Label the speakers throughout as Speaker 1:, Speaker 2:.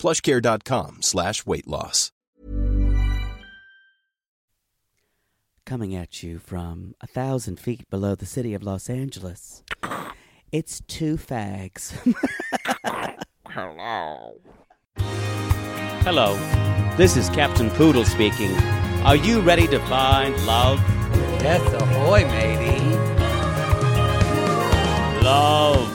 Speaker 1: plushcare.com slash weight loss.
Speaker 2: Coming at you from a thousand feet below the city of Los Angeles, it's two fags.
Speaker 3: Hello, this is Captain Poodle speaking. Are you ready to find love?
Speaker 4: Death ahoy, matey.
Speaker 3: Love.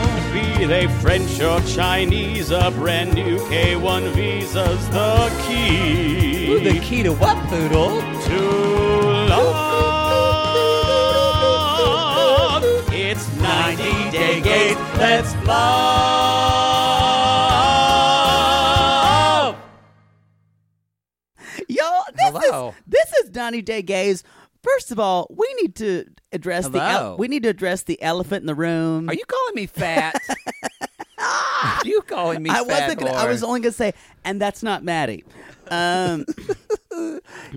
Speaker 3: Be they French or Chinese, a brand new K1 visa's the key
Speaker 4: Ooh, the key to what, Poodle?
Speaker 3: to love. It's 90 Day Gate, let's love.
Speaker 2: Y'all, this
Speaker 4: Hello.
Speaker 2: is this is Donny Day Gaze. First of all, we need to address the
Speaker 4: Hello.
Speaker 2: el- we need to address the elephant in the room.
Speaker 4: Are you calling me fat? Are you calling me
Speaker 2: I
Speaker 4: fat?
Speaker 2: wasn't. Gonna, I
Speaker 4: Lord?
Speaker 2: was only gonna say, and that's not Maddie. Um,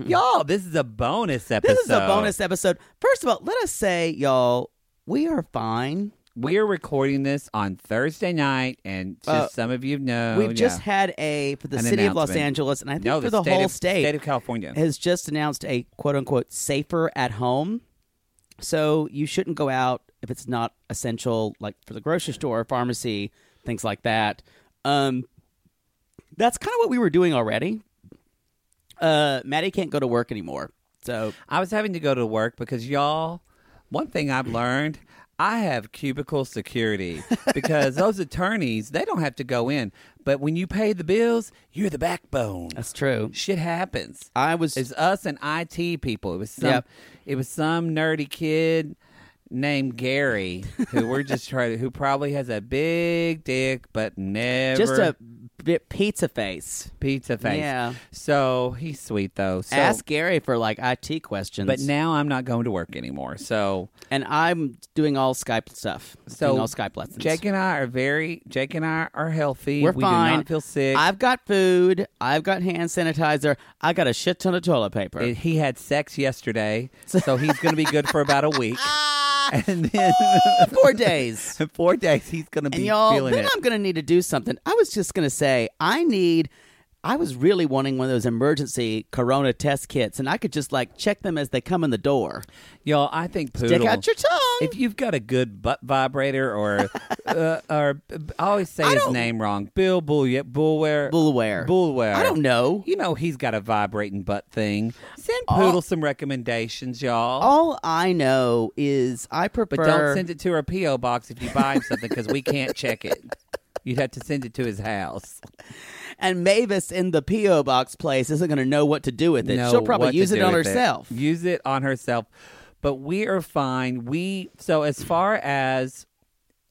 Speaker 4: Y'all, Hmm. this is a bonus episode.
Speaker 2: this is a bonus episode. First of all, let us say, y'all, we are fine.
Speaker 4: We are recording this on Thursday night, and just
Speaker 2: Uh,
Speaker 4: some of you know
Speaker 2: We've just
Speaker 4: Oh, yeah.
Speaker 2: had a for the
Speaker 4: An
Speaker 2: city of Los
Speaker 4: announcement.
Speaker 2: Angeles, and I think
Speaker 4: No,
Speaker 2: for
Speaker 4: the
Speaker 2: the,
Speaker 4: state
Speaker 2: whole
Speaker 4: of-
Speaker 2: state,
Speaker 4: state of California.
Speaker 2: has just announced a quote unquote safer at home. So you shouldn't go out if it's not essential, like for the grocery store, pharmacy, things like that. Um, that's kind of what we were doing already. Uh, Maddie can't go to work anymore, so
Speaker 4: I was having to go to work because y'all, one thing I've learned, I have cubicle security because those attorneys, they don't have to go in. But when you pay the bills, you're the backbone.
Speaker 2: that's true.
Speaker 4: Shit happens.
Speaker 2: I was
Speaker 4: It's us and IT people. It was some
Speaker 2: Yep.
Speaker 4: it was some nerdy kid named Gary who we're just trying to, who probably has a big dick but never
Speaker 2: just a bit pizza face.
Speaker 4: pizza face.
Speaker 2: Yeah.
Speaker 4: So he's sweet though. So,
Speaker 2: Ask Gary for like IT questions,
Speaker 4: but now I'm not going to work anymore. So
Speaker 2: and I'm doing all Skype stuff.
Speaker 4: So,
Speaker 2: doing all Skype lessons.
Speaker 4: Jake and I are very Jake and I are healthy.
Speaker 2: We're
Speaker 4: we
Speaker 2: fine.
Speaker 4: do not feel sick.
Speaker 2: I've got food. I've got hand sanitizer. I got a shit ton of toilet paper.
Speaker 4: And he had sex yesterday, so he's going to be good for about a week, and then
Speaker 2: Four days.
Speaker 4: in four days he's going to
Speaker 2: and
Speaker 4: be
Speaker 2: y'all,
Speaker 4: feeling
Speaker 2: then
Speaker 4: it.
Speaker 2: I'm going to need to do something. I was just going to say, I need. I was really wanting one of those emergency corona test kits, and I could just like check them as they come in the door.
Speaker 4: y'all, I think poodle.
Speaker 2: Stick out your tongue.
Speaker 4: if you've got a good butt vibrator or uh, or I always say his name wrong, Bill Bull Bullware
Speaker 2: Boulware.
Speaker 4: Boulware.
Speaker 2: I don't know.
Speaker 4: You know he's got a vibrating butt thing. Send Poodle some recommendations, y'all.
Speaker 2: All I know is I prefer.
Speaker 4: But don't send it to our PO box if you buy him something because we can't check it. You'd have to send it to his house.
Speaker 2: and Mavis in the PO box place isn't going to know what to do with it.
Speaker 4: Know
Speaker 2: She'll
Speaker 4: what
Speaker 2: probably
Speaker 4: to
Speaker 2: use it
Speaker 4: do
Speaker 2: on
Speaker 4: with
Speaker 2: herself.
Speaker 4: Use it on herself. But we are fine. We so as far as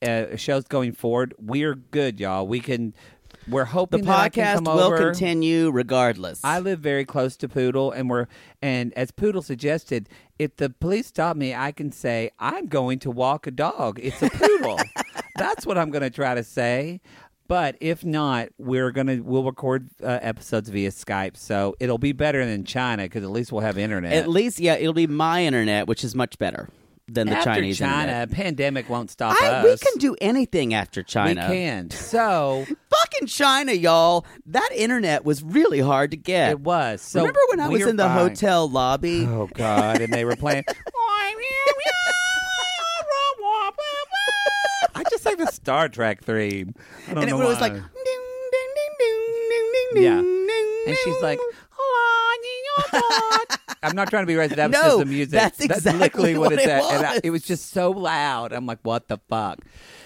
Speaker 4: uh, shows going forward, we're good, y'all. We can. We're
Speaker 2: The
Speaker 4: hoping that I can
Speaker 2: podcast
Speaker 4: come
Speaker 2: will
Speaker 4: over.
Speaker 2: continue regardless.
Speaker 4: I live very close to Poodle, and we're and as Poodle suggested, if the police stop me, I can say I'm going to walk a dog. It's a poodle. That's what I'm going to try to say. But if not, we're gonna we'll record uh, episodes via Skype, so it'll be better than China because at least we'll have internet.
Speaker 2: At least, yeah, it'll be my internet, which is much better than the
Speaker 4: After
Speaker 2: Chinese
Speaker 4: China,
Speaker 2: internet.
Speaker 4: pandemic won't stop
Speaker 2: I,
Speaker 4: us.
Speaker 2: we can do anything after
Speaker 4: We
Speaker 2: China.
Speaker 4: can. So
Speaker 2: Fucking China, y'all. That internet was really hard to get.
Speaker 4: it was. So
Speaker 2: Remember when I was
Speaker 4: we're
Speaker 2: in the
Speaker 4: fine.
Speaker 2: hotel lobby?
Speaker 4: Oh God! And they were playing. I just like the Star Trek theme. I don't
Speaker 2: and it
Speaker 4: know
Speaker 2: was
Speaker 4: why.
Speaker 2: like ding ding ding ding ding ding
Speaker 4: Yeah.
Speaker 2: ding ding.
Speaker 4: and she's like,
Speaker 2: ding.
Speaker 4: I'm not trying to be racist. That was
Speaker 2: No,
Speaker 4: just the music.
Speaker 2: that's exactly
Speaker 4: literally
Speaker 2: what
Speaker 4: it's
Speaker 2: it
Speaker 4: at. And I,
Speaker 2: was.
Speaker 4: it was just so loud. I'm like, what the fuck?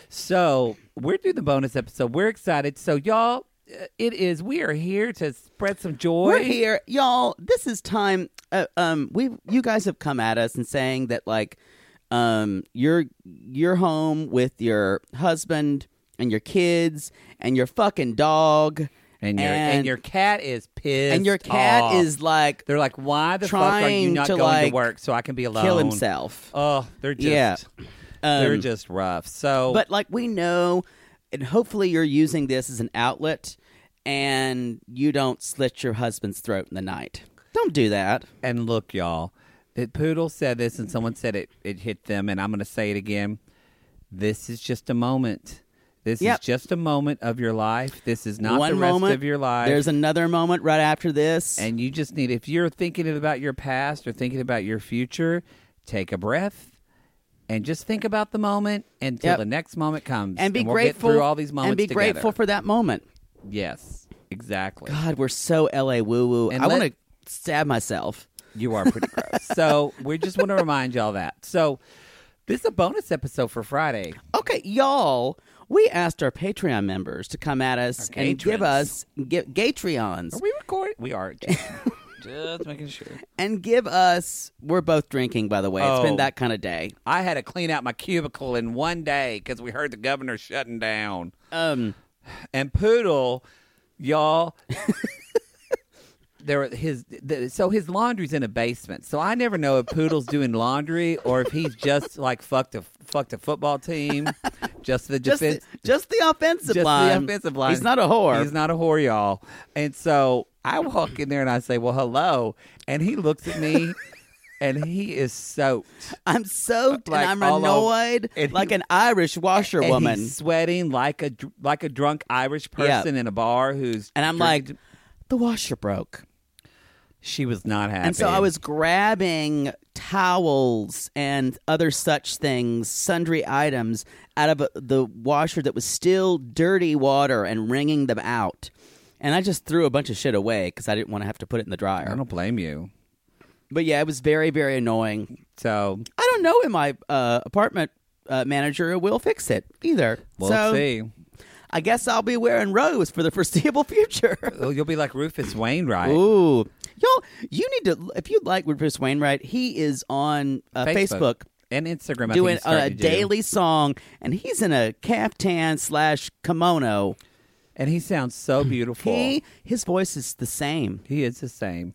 Speaker 4: So we're doing the bonus episode. We're excited. So y'all, uh, it is. We are here to spread some joy.
Speaker 2: We're here, y'all. This is time. Uh, um, we you guys have come at us and saying that like, um, you're you're home with your husband and your kids and your fucking dog
Speaker 4: and your and, your cat is pissed.
Speaker 2: and your cat
Speaker 4: off.
Speaker 2: is like
Speaker 4: They're like, why the fuck are you
Speaker 2: trying
Speaker 4: not
Speaker 2: to,
Speaker 4: going to
Speaker 2: like,
Speaker 4: work so I can be alone?
Speaker 2: kill himself.
Speaker 4: Oh, they're just.
Speaker 2: Yeah.
Speaker 4: They're
Speaker 2: Um,
Speaker 4: just rough. So,
Speaker 2: But like we know, and hopefully you're using this as an outlet, and you don't slit your husband's throat in the night. Don't do that.
Speaker 4: And look, y'all, that Poodle said this, and someone said it. It hit them, and I'm going to say it again. This is just a moment. This
Speaker 2: Yep.
Speaker 4: is just a moment of your life. This is not
Speaker 2: One
Speaker 4: the rest
Speaker 2: moment
Speaker 4: of your life.
Speaker 2: There's another moment right after this.
Speaker 4: and you just need, if you're thinking about your past or thinking about your future, take a breath and just think about the moment until
Speaker 2: Yep.
Speaker 4: the next moment comes.
Speaker 2: and be
Speaker 4: we'll get
Speaker 2: grateful
Speaker 4: through all these moments.
Speaker 2: and be
Speaker 4: together.
Speaker 2: grateful for that moment.
Speaker 4: yes, exactly.
Speaker 2: God, we're so LA woo woo.
Speaker 4: And
Speaker 2: I
Speaker 4: let-
Speaker 2: want to stab myself.
Speaker 4: You are pretty gross. so we just want to remind y'all that. So this is a bonus episode for Friday.
Speaker 2: Okay, y'all, we asked our Patreon members to come at us
Speaker 4: Our
Speaker 2: and give
Speaker 4: Gatrons.
Speaker 2: us get Gatrions
Speaker 4: Are we recording? We are. Just, just making sure.
Speaker 2: and give us. We're both drinking, by the way. It's
Speaker 4: Oh.
Speaker 2: been that kind of day.
Speaker 4: I had to clean out my cubicle in one day because we heard the governor shutting down.
Speaker 2: Um,
Speaker 4: And Poodle, y'all. There, his the, so his laundry's in a basement. So I never know if Poodle's doing laundry or if he's just like fucked a fucked a football team, just the
Speaker 2: just
Speaker 4: defense.
Speaker 2: the, just the offensive
Speaker 4: just
Speaker 2: line.
Speaker 4: the offensive line.
Speaker 2: He's not a whore.
Speaker 4: He's not a whore, y'all. And so I walk in there and I say, "Well, hello," and he looks at me, and he is soaked.
Speaker 2: I'm soaked
Speaker 4: Like,
Speaker 2: and I'm
Speaker 4: all over-
Speaker 2: annoyed
Speaker 4: and he-
Speaker 2: like an Irish
Speaker 4: And
Speaker 2: washerwoman.
Speaker 4: he's sweating like a dr- like a drunk Irish person in a bar who's
Speaker 2: And I'm
Speaker 4: drinking-
Speaker 2: like, the washer broke.
Speaker 4: she was not happy.
Speaker 2: And so I was grabbing towels and other such things, sundry items, out of uh, the washer that was still dirty water and wringing them out. And I just threw a bunch of shit away because I didn't want to have to put it in the
Speaker 4: I
Speaker 2: dryer.
Speaker 4: don't blame you.
Speaker 2: But yeah, it was very, very annoying.
Speaker 4: So
Speaker 2: I don't know if my uh, apartment uh, manager will fix it either.
Speaker 4: we'll
Speaker 2: so
Speaker 4: see.
Speaker 2: I guess I'll be wearing rose for the foreseeable future.
Speaker 4: Oh, you'll be like Rufus Wainwright.
Speaker 2: Ooh, y'all, you need to if you like Rufus Wainwright, he is on uh, Facebook.
Speaker 4: and Instagram I think
Speaker 2: doing
Speaker 4: he's starting
Speaker 2: a
Speaker 4: to do.
Speaker 2: daily song, and he's in a caftan slash kimono.
Speaker 4: and he sounds so beautiful.
Speaker 2: He his voice is the same.
Speaker 4: He is the same.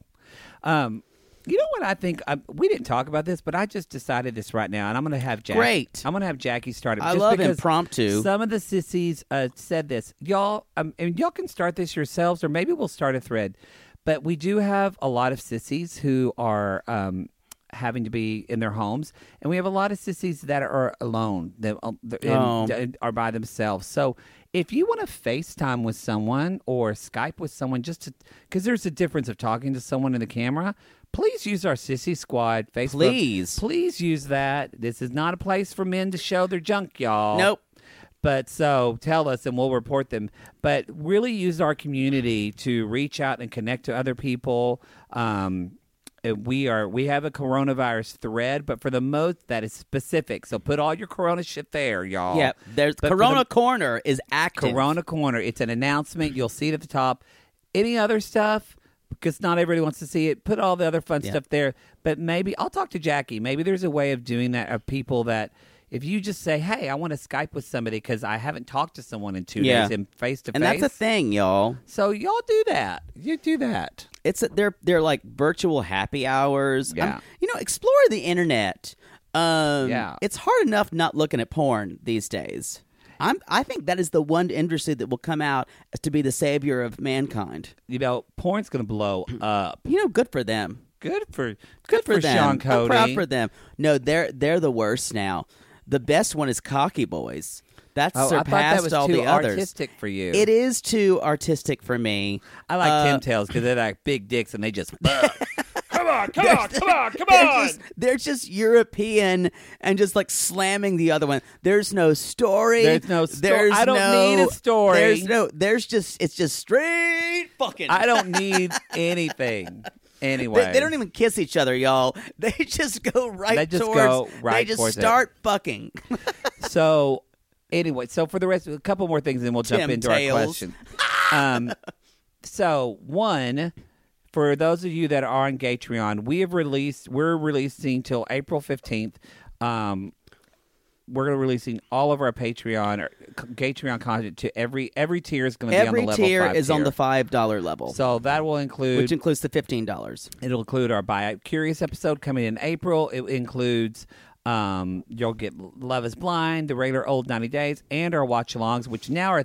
Speaker 4: Um, you know what I think? I, we didn't talk about this, but I just decided this right now, and I'm going to have Jack.
Speaker 2: Great.
Speaker 4: I'm going to have Jackie start it.
Speaker 2: I
Speaker 4: just
Speaker 2: love
Speaker 4: because
Speaker 2: impromptu.
Speaker 4: Some of the sissies uh, said this, y'all, um, and y'all can start this yourselves, or maybe we'll start a thread. But we do have a lot of sissies who are. Um, Having to be in their homes, and we have a lot of sissies that are alone, that uh, and-
Speaker 2: Oh.
Speaker 4: d- and are by themselves. So if you want to FaceTime with someone or Skype with someone, just to because there's a difference of talking to someone in the camera, please use our Sissy Squad Facebook.
Speaker 2: Please.
Speaker 4: please use that. This is not a place for men to show their junk, y'all.
Speaker 2: Nope.
Speaker 4: But so tell us and we'll report them. But really use our community to reach out and connect to other people. Um, and we are we have a coronavirus thread, but for the most that is specific. So put all your corona shit there, y'all.
Speaker 2: Yeah, there's
Speaker 4: But for
Speaker 2: Corona
Speaker 4: the-
Speaker 2: Corner is active.
Speaker 4: Corona Corner. It's an announcement. You'll see it at the top. Any other stuff? Because not everybody wants to see it. Put all the other fun stuff there. But maybe I'll talk to Jackie. Maybe there's a way of doing that of people that if you just say, "Hey, I want to Skype with somebody because I haven't talked to someone in two
Speaker 2: Yeah.
Speaker 4: days and face to face."
Speaker 2: and that's a thing, y'all.
Speaker 4: So y'all do that. You do that.
Speaker 2: It's a, they're they're like virtual happy hours. I'm-
Speaker 4: Yeah.
Speaker 2: you know, explore the internet. Um,
Speaker 4: Yeah.
Speaker 2: it's hard enough not looking at porn these days. I'm I think that is the one industry that will come out as to be the savior of mankind.
Speaker 4: You know, porn's gonna blow up.
Speaker 2: You know, good for them.
Speaker 4: Good for good,
Speaker 2: Good
Speaker 4: for,
Speaker 2: for, them.
Speaker 4: Sean Cody.
Speaker 2: I'm proud for them. No, they're they're the worst now. The best one is Cocky Boys. That's
Speaker 4: Oh, I thought
Speaker 2: surpassed
Speaker 4: that was
Speaker 2: all
Speaker 4: too
Speaker 2: the others.
Speaker 4: artistic for you.
Speaker 2: It is too artistic for me.
Speaker 4: I like
Speaker 2: Uh,
Speaker 4: Tim Tails because they're like big dicks and they just fuck.
Speaker 3: Come on, come on, come on, come
Speaker 2: They're
Speaker 3: on!
Speaker 2: just, they're just European and just like slamming the other one. There's no story.
Speaker 4: There's no sto-
Speaker 2: There's
Speaker 4: I don't
Speaker 2: no-
Speaker 4: need a story.
Speaker 2: There's no. There's just. It's just straight fucking.
Speaker 4: I don't need anything. Anyway,
Speaker 2: They, they don't even kiss each other, y'all. They just go right
Speaker 4: They just
Speaker 2: towards.
Speaker 4: go
Speaker 2: they
Speaker 4: right
Speaker 2: just
Speaker 4: towards it.
Speaker 2: start fucking.
Speaker 4: So anyway, so for the rest, a couple more things, and we'll jump
Speaker 2: Tim
Speaker 4: into
Speaker 2: Tails.
Speaker 4: our question. Um, so one, for those of you that are on Gatreon, we have released. We're releasing till April fifteenth. Um, we're going to releasing all of our Patreon or Gatreon content to every every tier is going to be on the
Speaker 2: Every
Speaker 4: level
Speaker 2: tier
Speaker 4: five
Speaker 2: is on
Speaker 4: tier.
Speaker 2: the five dollar level,
Speaker 4: So that will
Speaker 2: which
Speaker 4: include
Speaker 2: includes the fifteen dollars.
Speaker 4: It'll include our Bi Curious episode coming in April. It includes um, you'll get Love Is Blind, the regular old 90 days, and our watch alongs, which now are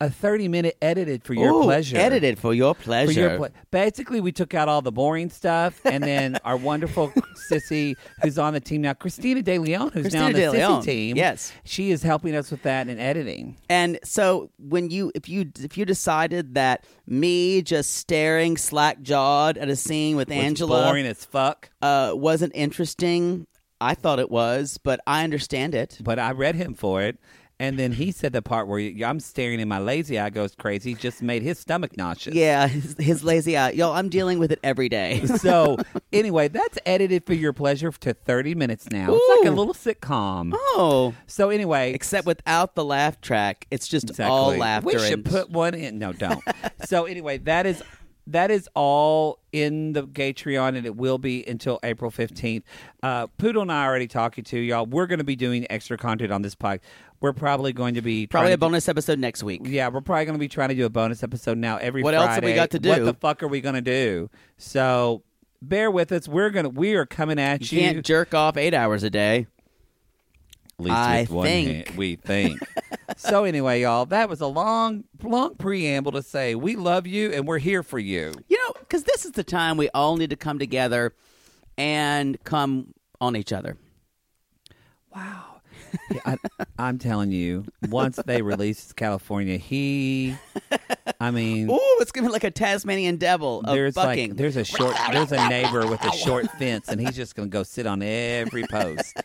Speaker 4: a 30 minute edited for your pleasure.
Speaker 2: Edited for your pleasure.
Speaker 4: For your ple- Basically, we took out all the boring stuff, and then our wonderful sissy, who's on the team now, Christina De Leon, who's now
Speaker 2: Christina
Speaker 4: on the
Speaker 2: De Leon,
Speaker 4: sissy team.
Speaker 2: yes.
Speaker 4: she is helping us with that and editing.
Speaker 2: And so when you if you if you decided that me just staring slack jawed at a scene with
Speaker 4: It's boring
Speaker 2: Angela
Speaker 4: as fuck.
Speaker 2: uh, wasn't interesting, I thought it was, but I understand it.
Speaker 4: but I read him for it. And then he said the part where y- I'm staring and my lazy eye goes crazy just made his stomach nauseous.
Speaker 2: Yeah, his, his lazy eye. Yo, I'm dealing with it every day.
Speaker 4: So anyway, that's edited for your pleasure to 30 minutes now. It's like a
Speaker 2: Ooh.
Speaker 4: little sitcom.
Speaker 2: Oh,
Speaker 4: So anyway,
Speaker 2: except without the laugh track, it's just all laughter.
Speaker 4: We should
Speaker 2: and-
Speaker 4: put one in. No, don't. so anyway, that is that is all in the Gatreon, and it will be until April fifteenth. Uh, Poodle and I are already talking to y'all. We're going to be doing extra content on this podcast. We're probably going to be trying
Speaker 2: probably
Speaker 4: to
Speaker 2: a bonus episode next week.
Speaker 4: Yeah, we're probably going to be trying to do a bonus episode now every
Speaker 2: What
Speaker 4: Friday.
Speaker 2: else have we got to do?
Speaker 4: What the fuck are we going to do? So bear with us. We're going to we are coming at
Speaker 2: You
Speaker 4: you.
Speaker 2: can't jerk off eight hours a day.
Speaker 4: at least
Speaker 2: I
Speaker 4: with one
Speaker 2: think.
Speaker 4: hand, we think. so anyway, y'all, that was a long long preamble to say we love you and we're here for you.
Speaker 2: You know, because this is the time we all need to come together and come on each other.
Speaker 4: Wow. I, I'm telling you, once they release California, he, I mean,
Speaker 2: Ooh, it's gonna be like a Tasmanian devil of
Speaker 4: there's
Speaker 2: bucking.
Speaker 4: like there's a short there's a neighbor with a short fence and he's just gonna go sit on every post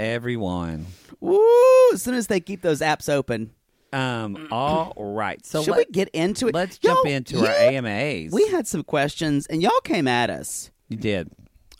Speaker 4: everyone
Speaker 2: Ooh, as soon as they keep those apps open,
Speaker 4: um all right so
Speaker 2: should
Speaker 4: let,
Speaker 2: we get into it?
Speaker 4: let's
Speaker 2: Y'all-
Speaker 4: jump into our
Speaker 2: yeah,
Speaker 4: amas
Speaker 2: We had some questions, and y'all came at us.
Speaker 4: you did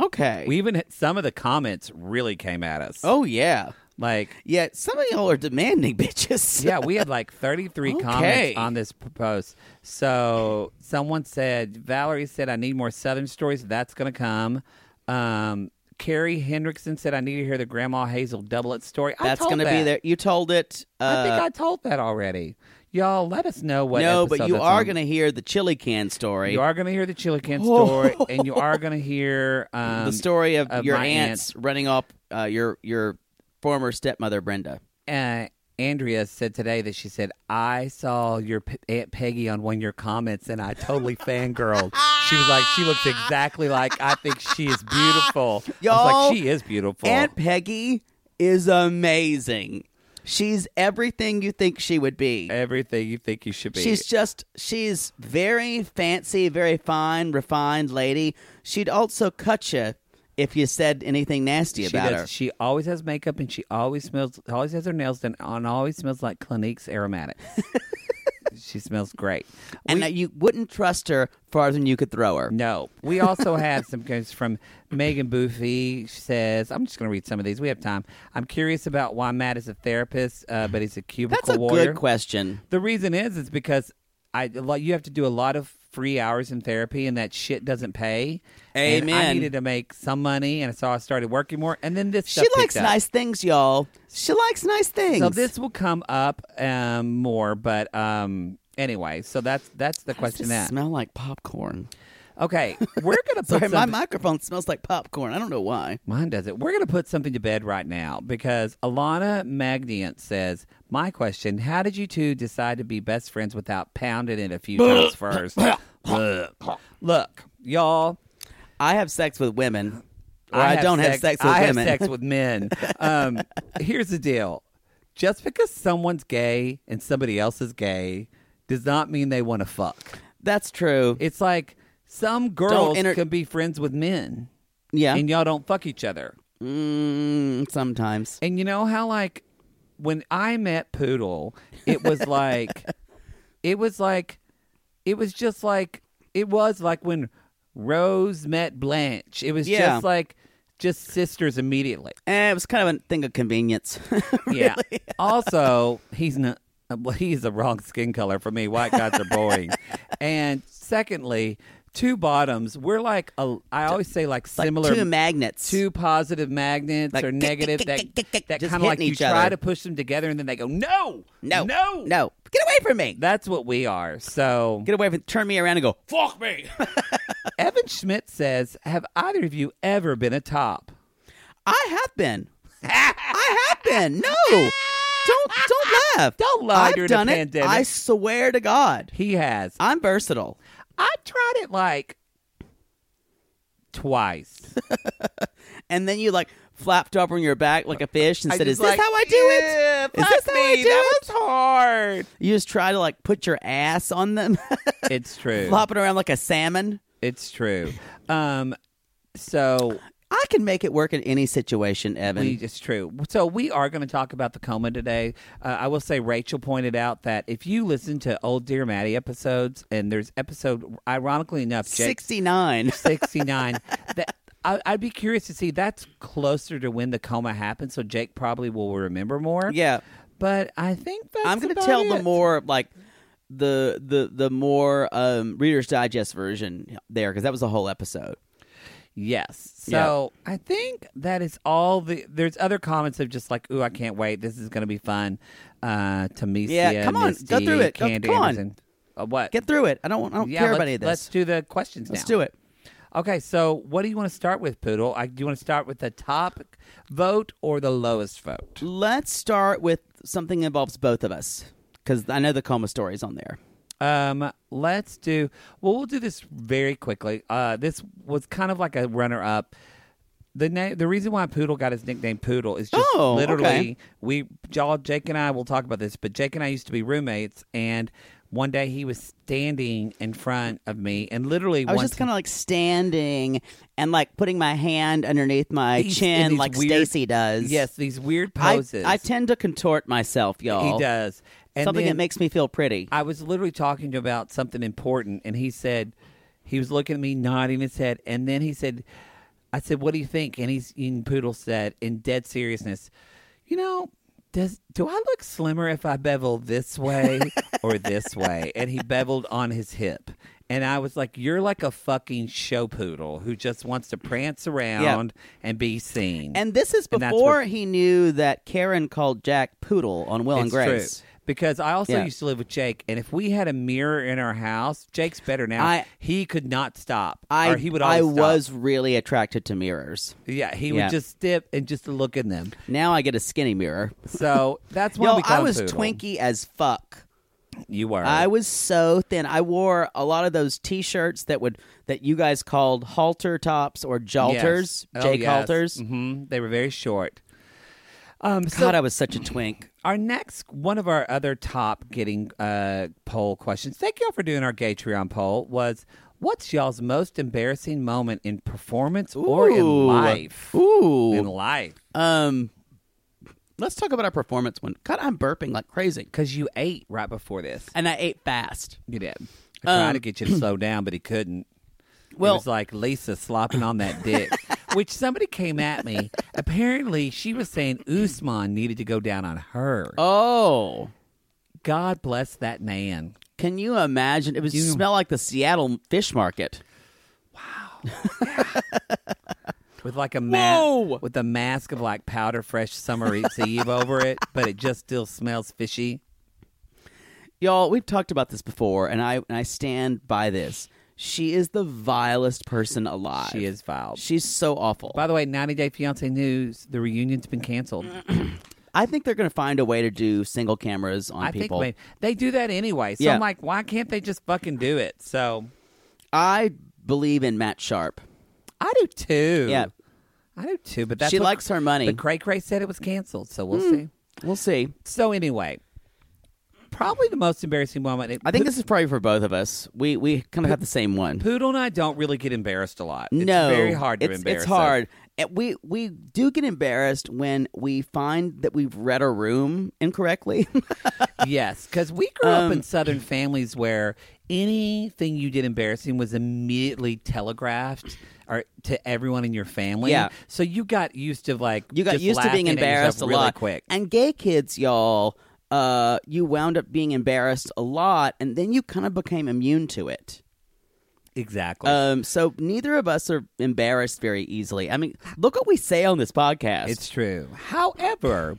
Speaker 2: Okay.
Speaker 4: we even had- some of the comments really came at us
Speaker 2: oh yeah,
Speaker 4: like
Speaker 2: yeah. Some of y'all are demanding bitches.
Speaker 4: yeah, we had like 33
Speaker 2: Okay.
Speaker 4: comments on this p- post. So someone said, Valerie said, I need more Southern stories. That's going to come. Um, Carrie Hendrickson said, I need to hear the Grandma Hazel doublet story. I
Speaker 2: that's
Speaker 4: told
Speaker 2: gonna
Speaker 4: that.
Speaker 2: be there. You told it.
Speaker 4: I
Speaker 2: Uh,
Speaker 4: think I told that already. Y'all, let us know what.
Speaker 2: no,
Speaker 4: episode
Speaker 2: but you
Speaker 4: that's
Speaker 2: are
Speaker 4: on.
Speaker 2: gonna hear the chili can story.
Speaker 4: You are gonna hear the Chilican story, and you are gonna hear um,
Speaker 2: the story of,
Speaker 4: of
Speaker 2: your
Speaker 4: my
Speaker 2: aunts running off uh, your your former stepmother Brenda.
Speaker 4: uh, Andrea said today that she said, I saw your P- Aunt Peggy on one of your comments and I totally fangirled. she was like, she looks exactly like I think she is beautiful. I was
Speaker 2: Y'all,
Speaker 4: like, she is beautiful.
Speaker 2: Aunt Peggy is amazing. She's everything you think she would be.
Speaker 4: Everything you think you should be.
Speaker 2: She's just she's very fancy, very fine, refined lady. She'd also cut you if you said anything nasty
Speaker 4: she,
Speaker 2: about
Speaker 4: does-
Speaker 2: her.
Speaker 4: she always has makeup and she always smells, always has her nails done and always smells like Clinique's aromatics. she smells great.
Speaker 2: and that you wouldn't trust her farther than you could throw her.
Speaker 4: No. We also have some comments from Megan Boofy. She says, I'm just going to read some of these. We have time. I'm curious about why Matt is a therapist, uh, but he's a cubicle
Speaker 2: That's a
Speaker 4: warrior.
Speaker 2: good question.
Speaker 4: The reason is, is because I a lot- you have to do a lot of free hours in therapy, and that shit doesn't pay. And I
Speaker 2: Amen.
Speaker 4: needed to make some money, and so I started working more. And then this
Speaker 2: She
Speaker 4: stuff picked
Speaker 2: likes
Speaker 4: up.
Speaker 2: nice things, y'all. She likes nice things.
Speaker 4: So this will come up um, more, but um, anyway, so that's that's the
Speaker 2: Does this
Speaker 4: question. that
Speaker 2: smell like popcorn.
Speaker 4: Okay, we're gonna put
Speaker 2: Sorry, my
Speaker 4: something-
Speaker 2: microphone smells like popcorn. I don't know why.
Speaker 4: Mine does it. We're going to put something to bed right now because Alana Magniant says, My question How did you two decide to be best friends without pounding it a few times first? Look. Look, y'all.
Speaker 2: I have sex with women. Or I, don't have sex with
Speaker 4: I have
Speaker 2: women.
Speaker 4: sex with men. Um, here's the deal just because someone's gay and somebody else is gay does not mean they want to fuck.
Speaker 2: That's true.
Speaker 4: It's like some girls
Speaker 2: enter-
Speaker 4: can be friends with men
Speaker 2: yeah.
Speaker 4: and y'all don't fuck each other.
Speaker 2: mm, sometimes.
Speaker 4: And you know how like when I met Poodle, it was like it was like it was just like it was like when Rose met Blanche. It was
Speaker 2: Yeah.
Speaker 4: just like just sisters immediately.
Speaker 2: Eh, it was kind of a thing of convenience.
Speaker 4: Yeah. also, he's not well, he's the wrong skin color for me. White guys are boring. and secondly, two bottoms, we're like a, I always say like
Speaker 2: like
Speaker 4: similar
Speaker 2: two magnets.
Speaker 4: two positive magnets
Speaker 2: Like,
Speaker 4: or
Speaker 2: tick,
Speaker 4: negative
Speaker 2: tick,
Speaker 4: that,
Speaker 2: tick, tick, tick,
Speaker 4: that
Speaker 2: just
Speaker 4: kind of like
Speaker 2: hitting
Speaker 4: you
Speaker 2: each
Speaker 4: try
Speaker 2: other.
Speaker 4: to push them together and then they go no
Speaker 2: No.
Speaker 4: no
Speaker 2: No. Get away from me.
Speaker 4: that's what we are so
Speaker 2: Get away from turn me around and go.
Speaker 3: Fuck me.
Speaker 4: evan schmidt says have either of you ever been a top
Speaker 2: I have been. I have been. No. Don't don't laugh.
Speaker 4: Don't lie
Speaker 2: I've
Speaker 4: during the
Speaker 2: done it.
Speaker 4: pandemic.
Speaker 2: I swear to God.
Speaker 4: he has
Speaker 2: I'm versatile.
Speaker 4: i tried it like twice
Speaker 2: And then you like flapped over on your back like a fish and
Speaker 4: I
Speaker 2: said, Is
Speaker 4: just like,
Speaker 2: this how I do
Speaker 4: "Yeah,
Speaker 2: it? Is
Speaker 4: fuck
Speaker 2: this how I
Speaker 4: me,
Speaker 2: do
Speaker 4: that
Speaker 2: it?
Speaker 4: was hard
Speaker 2: You just try to like put your ass on them,
Speaker 4: it's true
Speaker 2: flopping around like a salmon.
Speaker 4: it's true um so
Speaker 2: I can make it work in any situation, Evan.
Speaker 4: We, it's true. So we are going to talk about the coma today. Uh, I will say Rachel pointed out that if you listen to old Dear Maddie episodes, and there's episode, ironically enough, Jake
Speaker 2: 69.
Speaker 4: 69, that, I, I'd be curious to see that's closer to when the coma happened, so Jake probably will remember more.
Speaker 2: Yeah.
Speaker 4: But I think that's
Speaker 2: I'm going to
Speaker 4: about
Speaker 2: tell the
Speaker 4: it.
Speaker 2: more like the the the more um Reader's Digest version there because that was a whole episode.
Speaker 4: Yes. So I think that is all the. There's other comments of just like, ooh, I can't wait. This is going to be fun. Uh, Tamisia,
Speaker 2: Yeah, come on. Go
Speaker 4: Misty,
Speaker 2: through it. Go-
Speaker 4: Candy
Speaker 2: come on.
Speaker 4: Anderson. Uh, what?
Speaker 2: Get through it. I don't I don't
Speaker 4: yeah,
Speaker 2: care
Speaker 4: let's,
Speaker 2: about any of this.
Speaker 4: Let's do the questions
Speaker 2: Let's
Speaker 4: now.
Speaker 2: do it.
Speaker 4: Okay, so what do you want to start with, Poodle? I, do you want to start with the top vote or the lowest vote?
Speaker 2: Let's start with something that involves both of us because I know the coma story is on there.
Speaker 4: Um, let's do. Well, we'll do this very quickly. Uh, this was kind of like a runner-up. The name, the reason why Poodle got his nickname Poodle is just
Speaker 2: Oh,
Speaker 4: literally
Speaker 2: okay.
Speaker 4: we y'all Jake and I will talk about this, but Jake and I used to be roommates, and one day he was standing in front of me, and literally
Speaker 2: I was
Speaker 4: one
Speaker 2: just kind of like standing and like putting my hand underneath my
Speaker 4: He's in
Speaker 2: chin
Speaker 4: these
Speaker 2: like
Speaker 4: weird-
Speaker 2: Stacy does.
Speaker 4: yes, these weird
Speaker 2: I,
Speaker 4: poses.
Speaker 2: I tend to contort myself, y'all.
Speaker 4: He does. And
Speaker 2: Something
Speaker 4: then
Speaker 2: that makes me feel pretty.
Speaker 4: I was literally talking to him about something important, and he said, he was looking at me, nodding his head, and then he said, I said, "What do you think?" And he's and Poodle said, in dead seriousness, you know. Does, do I look slimmer if I bevel this way or this way? And he beveled on his hip. And I was like, You're like a fucking show poodle who just wants to prance around and be seen.
Speaker 2: and this is
Speaker 4: and that's
Speaker 2: before
Speaker 4: what-
Speaker 2: he knew that Karen called Jack Poodle on Will Oh, and
Speaker 4: It's true.
Speaker 2: Grace.
Speaker 4: Because I also
Speaker 2: Yeah.
Speaker 4: used to live with Jake, and if we had a mirror in our house, Jake's better now.
Speaker 2: I-
Speaker 4: he could not stop.
Speaker 2: I
Speaker 4: or he would
Speaker 2: I
Speaker 4: always stop.
Speaker 2: was really attracted to mirrors.
Speaker 4: Yeah, he
Speaker 2: Yeah.
Speaker 4: would just dip and just look in them.
Speaker 2: Now I get a skinny mirror.
Speaker 4: So that's why
Speaker 2: Yo,
Speaker 4: we call
Speaker 2: I
Speaker 4: him
Speaker 2: was
Speaker 4: Poodle.
Speaker 2: twinky as fuck.
Speaker 4: You were.
Speaker 2: I was so thin. I wore a lot of those T-shirts that would that you guys called halter tops or jalters,
Speaker 4: Yes.
Speaker 2: Jake
Speaker 4: oh, yes.
Speaker 2: halters.
Speaker 4: Mhm. They were very short. Um, so
Speaker 2: God, I was such a twink.
Speaker 4: our next one of our other top getting uh, poll questions. Thank y'all for doing our Gatreon poll. Was what's y'all's most embarrassing moment in performance or in
Speaker 2: Ooh.
Speaker 4: life?
Speaker 2: Ooh.
Speaker 4: In life.
Speaker 2: Um, let's talk about our performance one. God, I'm burping like crazy,
Speaker 4: Because you ate right before this.
Speaker 2: and I ate fast.
Speaker 4: You did. I tried
Speaker 2: Um,
Speaker 4: to get you to slow down, but he couldn't.
Speaker 2: Well-
Speaker 4: it was like Lisa slopping on that dick, which somebody came at me. Apparently, she was saying Usman needed to go down on her.
Speaker 2: Oh,
Speaker 4: God bless that man.
Speaker 2: can you imagine? It was smell like the Seattle fish market.
Speaker 4: With like a mask,
Speaker 2: Whoa!
Speaker 4: with a mask of like powder fresh summer Eats Eve over it, but it just still smells fishy.
Speaker 2: Y'all, we've talked about this before, and I and I stand by this. She is the vilest person alive.
Speaker 4: She is vile.
Speaker 2: She's so awful.
Speaker 4: By the way, 90 Day Fiance news: the reunion's been canceled.
Speaker 2: I think they're going to find a way to do single cameras on
Speaker 4: I
Speaker 2: people.
Speaker 4: think they, they do that anyway. So
Speaker 2: Yeah.
Speaker 4: I'm like, why can't they just fucking do it? So
Speaker 2: I believe in Matt Sharp.
Speaker 4: I do too.
Speaker 2: Yeah.
Speaker 4: I do too. But that's
Speaker 2: She
Speaker 4: what-
Speaker 2: likes her money. Hmm.
Speaker 4: But Cray Cray said it was canceled, so we'll see.
Speaker 2: We'll see.
Speaker 4: So anyway, probably the most embarrassing moment.
Speaker 2: I think this is probably for both of us. We we kind of have the same one.
Speaker 4: Poodle and I don't really get embarrassed a lot.
Speaker 2: no,
Speaker 4: it's very hard to
Speaker 2: it's,
Speaker 4: embarrass.
Speaker 2: It's
Speaker 4: us.
Speaker 2: hard. And We we do get embarrassed when we find that we've read a room incorrectly.
Speaker 4: yes, because we grew up
Speaker 2: Um,
Speaker 4: in Southern families where anything you did embarrassing was immediately telegraphed or to everyone in your family.
Speaker 2: Yeah.
Speaker 4: So you got used to like
Speaker 2: you got
Speaker 4: just
Speaker 2: used to being
Speaker 4: laughing at yourself
Speaker 2: embarrassed a
Speaker 4: really
Speaker 2: lot.
Speaker 4: quick.
Speaker 2: And gay kids, y'all, uh, you wound up being embarrassed a lot, and then you kind of became immune to it.
Speaker 4: exactly.
Speaker 2: Um, so neither of us are embarrassed very easily. I mean, look what we say on this podcast.
Speaker 4: It's true. However,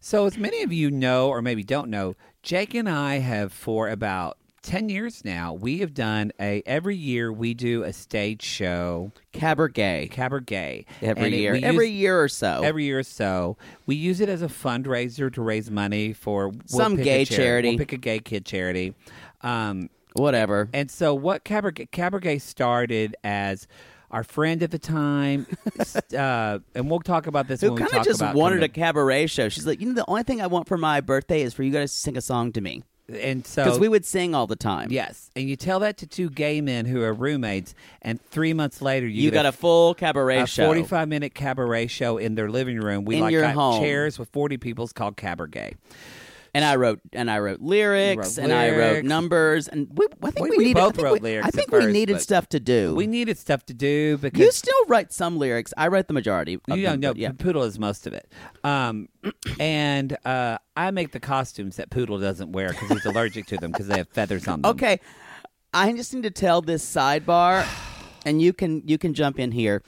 Speaker 4: so as many of you know, or maybe don't know, Jake and I have for about ten years now. We have done a every year we do a stage show,
Speaker 2: cabaret
Speaker 4: cabaret
Speaker 2: every
Speaker 4: And it-
Speaker 2: year,
Speaker 4: we
Speaker 2: every
Speaker 4: use-
Speaker 2: year or so.
Speaker 4: Every year or so, we use it as a fundraiser to raise money for we'll
Speaker 2: Some
Speaker 4: pick a
Speaker 2: gay charity.
Speaker 4: We'll pick a gay kid charity. Um,
Speaker 2: whatever.
Speaker 4: and so, what cabaret, cabaret started as our friend at the time, s- uh, and we'll talk about this.
Speaker 2: Who
Speaker 4: when we
Speaker 2: kind of
Speaker 4: talk
Speaker 2: just
Speaker 4: about
Speaker 2: wanted
Speaker 4: coming
Speaker 2: a cabaret show? She's like, you know, the only thing I want for my birthday is for you guys to sing a song to me
Speaker 4: and
Speaker 2: because
Speaker 4: so
Speaker 2: we would sing all the time.
Speaker 4: yes and you tell that to two gay men who are roommates and three months later you,
Speaker 2: you, got a full cabaret
Speaker 4: a
Speaker 2: show.
Speaker 4: 45 minute cabaret show in their living room we
Speaker 2: In
Speaker 4: like
Speaker 2: your
Speaker 4: got
Speaker 2: home.
Speaker 4: chairs with 40 people it's called cabaret
Speaker 2: and I wrote and I wrote lyrics and I wrote
Speaker 4: lyrics.
Speaker 2: numbers and we, I think
Speaker 4: We-
Speaker 2: we,
Speaker 4: we
Speaker 2: needed, I
Speaker 4: both
Speaker 2: think
Speaker 4: wrote
Speaker 2: we-
Speaker 4: lyrics
Speaker 2: I
Speaker 4: at
Speaker 2: think we
Speaker 4: first,
Speaker 2: needed
Speaker 4: but
Speaker 2: stuff to do.
Speaker 4: we needed stuff to do because
Speaker 2: you still write some lyrics. I write the majority. of
Speaker 4: you
Speaker 2: them,
Speaker 4: don't know
Speaker 2: but yeah.
Speaker 4: poodle is most of it um, and uh, i make the costumes that poodle doesn't wear because he's allergic to them because they have feathers on them
Speaker 2: Okay, I just need to tell this sidebar, and you can you can jump in here.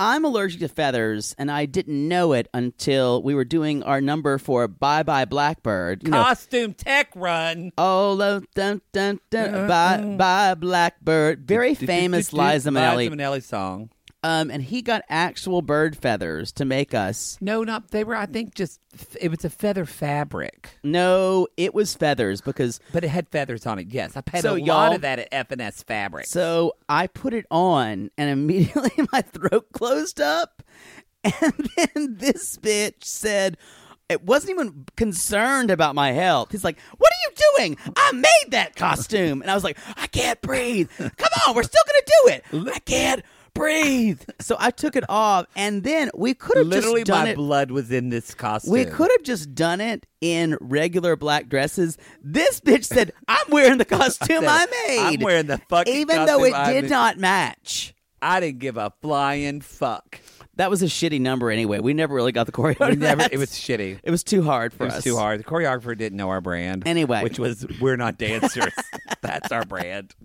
Speaker 2: I'm allergic to feathers, and I didn't know it until we were doing our number for "Bye Bye Blackbird." You know,
Speaker 4: costume tech run
Speaker 2: all of dun dun dun,
Speaker 4: Uh-uh,
Speaker 2: bye bye Blackbird, very famous Liza
Speaker 4: Liza
Speaker 2: Minnelli.
Speaker 4: Minnelli song
Speaker 2: Um, and he got actual bird feathers to make us.
Speaker 4: no not they were i think just it was a feather fabric
Speaker 2: No, it was feathers because
Speaker 4: But it had feathers on it. Yes, I paid
Speaker 2: So
Speaker 4: a
Speaker 2: y'all-
Speaker 4: lot of that at F and S fabric.
Speaker 2: So I put it on, and immediately my throat closed up. And then this bitch said, it wasn't even concerned about my health. He's like, What are you doing? I made that costume. And I was like, I can't breathe. Come on, we're still going to do it. I can't breathe. So I took it off, and then we could have
Speaker 4: Literally,
Speaker 2: just done
Speaker 4: my
Speaker 2: it.
Speaker 4: blood was in this costume.
Speaker 2: We could have just done it in regular black dresses. This bitch said, "I'm wearing the costume I,
Speaker 4: said,
Speaker 2: made.
Speaker 4: "I'm wearing the fucking
Speaker 2: even though it
Speaker 4: costume I
Speaker 2: did
Speaker 4: made."
Speaker 2: not match."
Speaker 4: I didn't give a flying fuck.
Speaker 2: That was a shitty number anyway. We never really got the choreo.
Speaker 4: We
Speaker 2: to
Speaker 4: never.
Speaker 2: that.
Speaker 4: It was shitty.
Speaker 2: It was too hard for
Speaker 4: It was
Speaker 2: us.
Speaker 4: too hard. The choreographer didn't know our brand.
Speaker 2: Anyway.
Speaker 4: which was we're not dancers. That's our brand.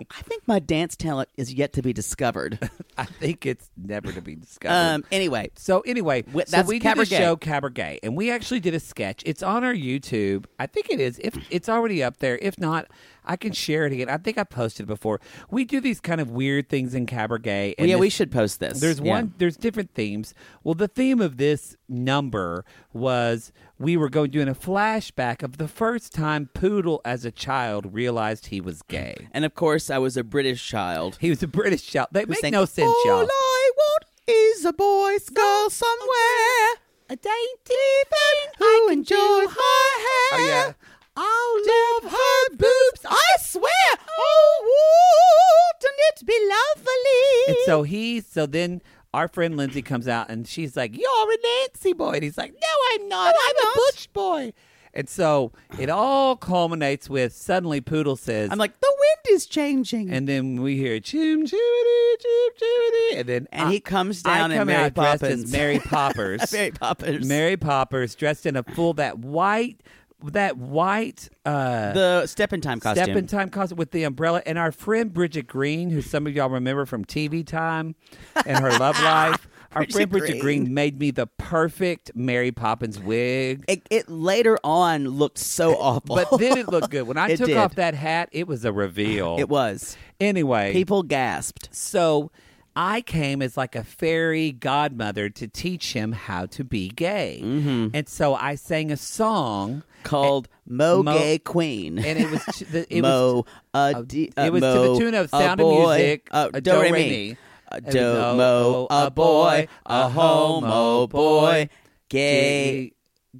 Speaker 2: I think my dance talent is yet to be discovered.
Speaker 4: I think it's never to be discovered.
Speaker 2: um. Anyway,
Speaker 4: So anyway,
Speaker 2: Wh-
Speaker 4: so
Speaker 2: that's
Speaker 4: we
Speaker 2: Cabaret.
Speaker 4: did a show Cabaret, and we actually did a sketch. It's on our YouTube. I think it is. If it's already up there, if not, I can share it again. I think I posted it before. We do these kind of weird things in Cabaret. And
Speaker 2: yeah, we
Speaker 4: this-
Speaker 2: should post this.
Speaker 4: There's
Speaker 2: Yeah.
Speaker 4: one. There's different themes. Well, the theme of this number was we were going doing a flashback of the first time Poodle as a child realized he was gay.
Speaker 2: and of course I was a British child.
Speaker 4: He was a British child. They
Speaker 2: who
Speaker 4: make
Speaker 2: sang,
Speaker 4: no sense,
Speaker 2: All
Speaker 4: y'all.
Speaker 2: I want is a boy's girl somewhere, a dainty thing who enjoys her hair.
Speaker 4: Oh, yeah.
Speaker 2: I'll love her boobs, I swear. Oh, wouldn't it be lovely?
Speaker 4: And so he, so then our friend Lindsay comes out and she's like, You're a Nancy boy. And he's like, No, I'm not. I'm, a Butch boy. And so it all culminates with suddenly Poodle says,
Speaker 2: I'm like, the wind is changing.
Speaker 4: and then we hear chim chimity, chim chimity. And then
Speaker 2: And
Speaker 4: I-
Speaker 2: he comes
Speaker 4: I
Speaker 2: down in
Speaker 4: come
Speaker 2: Mary
Speaker 4: out dressed
Speaker 2: Poppins.
Speaker 4: as Mary Poppers.
Speaker 2: Mary Poppers.
Speaker 4: Mary Poppers dressed in a full, that white, that white, uh,
Speaker 2: the step in time costume.
Speaker 4: Step in time costume with the umbrella, and our friend Bridget Green, who some of y'all remember from TV Time and her love life. Our friend Bridget
Speaker 2: Green.
Speaker 4: Green made me the perfect Mary Poppins wig.
Speaker 2: It, it later on looked so awful.
Speaker 4: But then it looked good. When I
Speaker 2: It
Speaker 4: took
Speaker 2: did.
Speaker 4: off that hat, it was a reveal.
Speaker 2: it was.
Speaker 4: Anyway,
Speaker 2: People gasped.
Speaker 4: so I came as like a fairy godmother to teach him how to be gay.
Speaker 2: Mm-hmm.
Speaker 4: And so I sang a song
Speaker 2: Called Mo,
Speaker 4: Mo-
Speaker 2: Gay Queen.
Speaker 4: and it was to the, it was
Speaker 2: Mo, uh,
Speaker 4: uh,
Speaker 2: di-
Speaker 4: it
Speaker 2: uh,
Speaker 4: was to the
Speaker 2: Mo,
Speaker 4: tune of
Speaker 2: a
Speaker 4: Sound of
Speaker 2: boy,
Speaker 4: Music,
Speaker 2: uh,
Speaker 4: a
Speaker 2: do,
Speaker 4: do,
Speaker 2: re,
Speaker 4: re,
Speaker 2: mi.
Speaker 4: mi.
Speaker 2: A
Speaker 4: It was
Speaker 2: do,
Speaker 4: a-
Speaker 2: mo,
Speaker 4: a
Speaker 2: a boy, a
Speaker 4: boy,
Speaker 2: homo
Speaker 4: homo
Speaker 2: boy,
Speaker 4: boy,
Speaker 2: gay,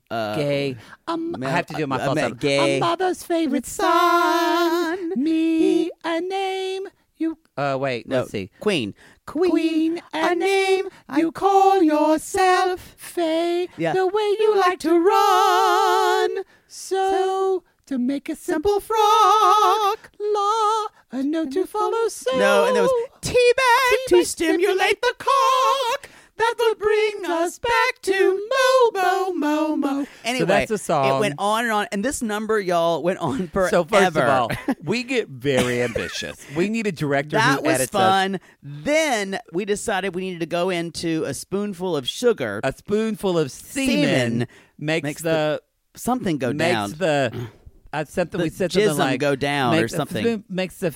Speaker 2: uh,
Speaker 4: gay. Um,
Speaker 2: ma-
Speaker 4: I have to do my
Speaker 2: uh, ma-
Speaker 4: falsetto.
Speaker 2: gay.
Speaker 4: A mother's favorite son. Me a name you. Uh, wait.
Speaker 2: no,
Speaker 4: Let's see.
Speaker 2: Queen, queen,
Speaker 4: Queen, a name you call yourself Faye.
Speaker 2: Yeah.
Speaker 4: The way you like to run. So to make a simple frock, law a note to follow. So
Speaker 2: No, and there was
Speaker 4: teabag
Speaker 2: to stimulate
Speaker 4: the cock. That will bring us back to mo mo mo mo.
Speaker 2: Anyway,
Speaker 4: so that's a song.
Speaker 2: It went on and on, and this number, y'all, went on forever.
Speaker 4: So first of all, we get very ambitious. We need a director
Speaker 2: that
Speaker 4: who
Speaker 2: was
Speaker 4: edits us.
Speaker 2: fun. Then we decided we needed to go into a spoonful of sugar.
Speaker 4: A spoonful of semen,
Speaker 2: Semen
Speaker 4: makes,
Speaker 2: makes
Speaker 4: the,
Speaker 2: something go
Speaker 4: makes
Speaker 2: down.
Speaker 4: the uh, something we
Speaker 2: The
Speaker 4: said something
Speaker 2: jism
Speaker 4: like
Speaker 2: go down or
Speaker 4: makes the
Speaker 2: something.
Speaker 4: spoon- makes the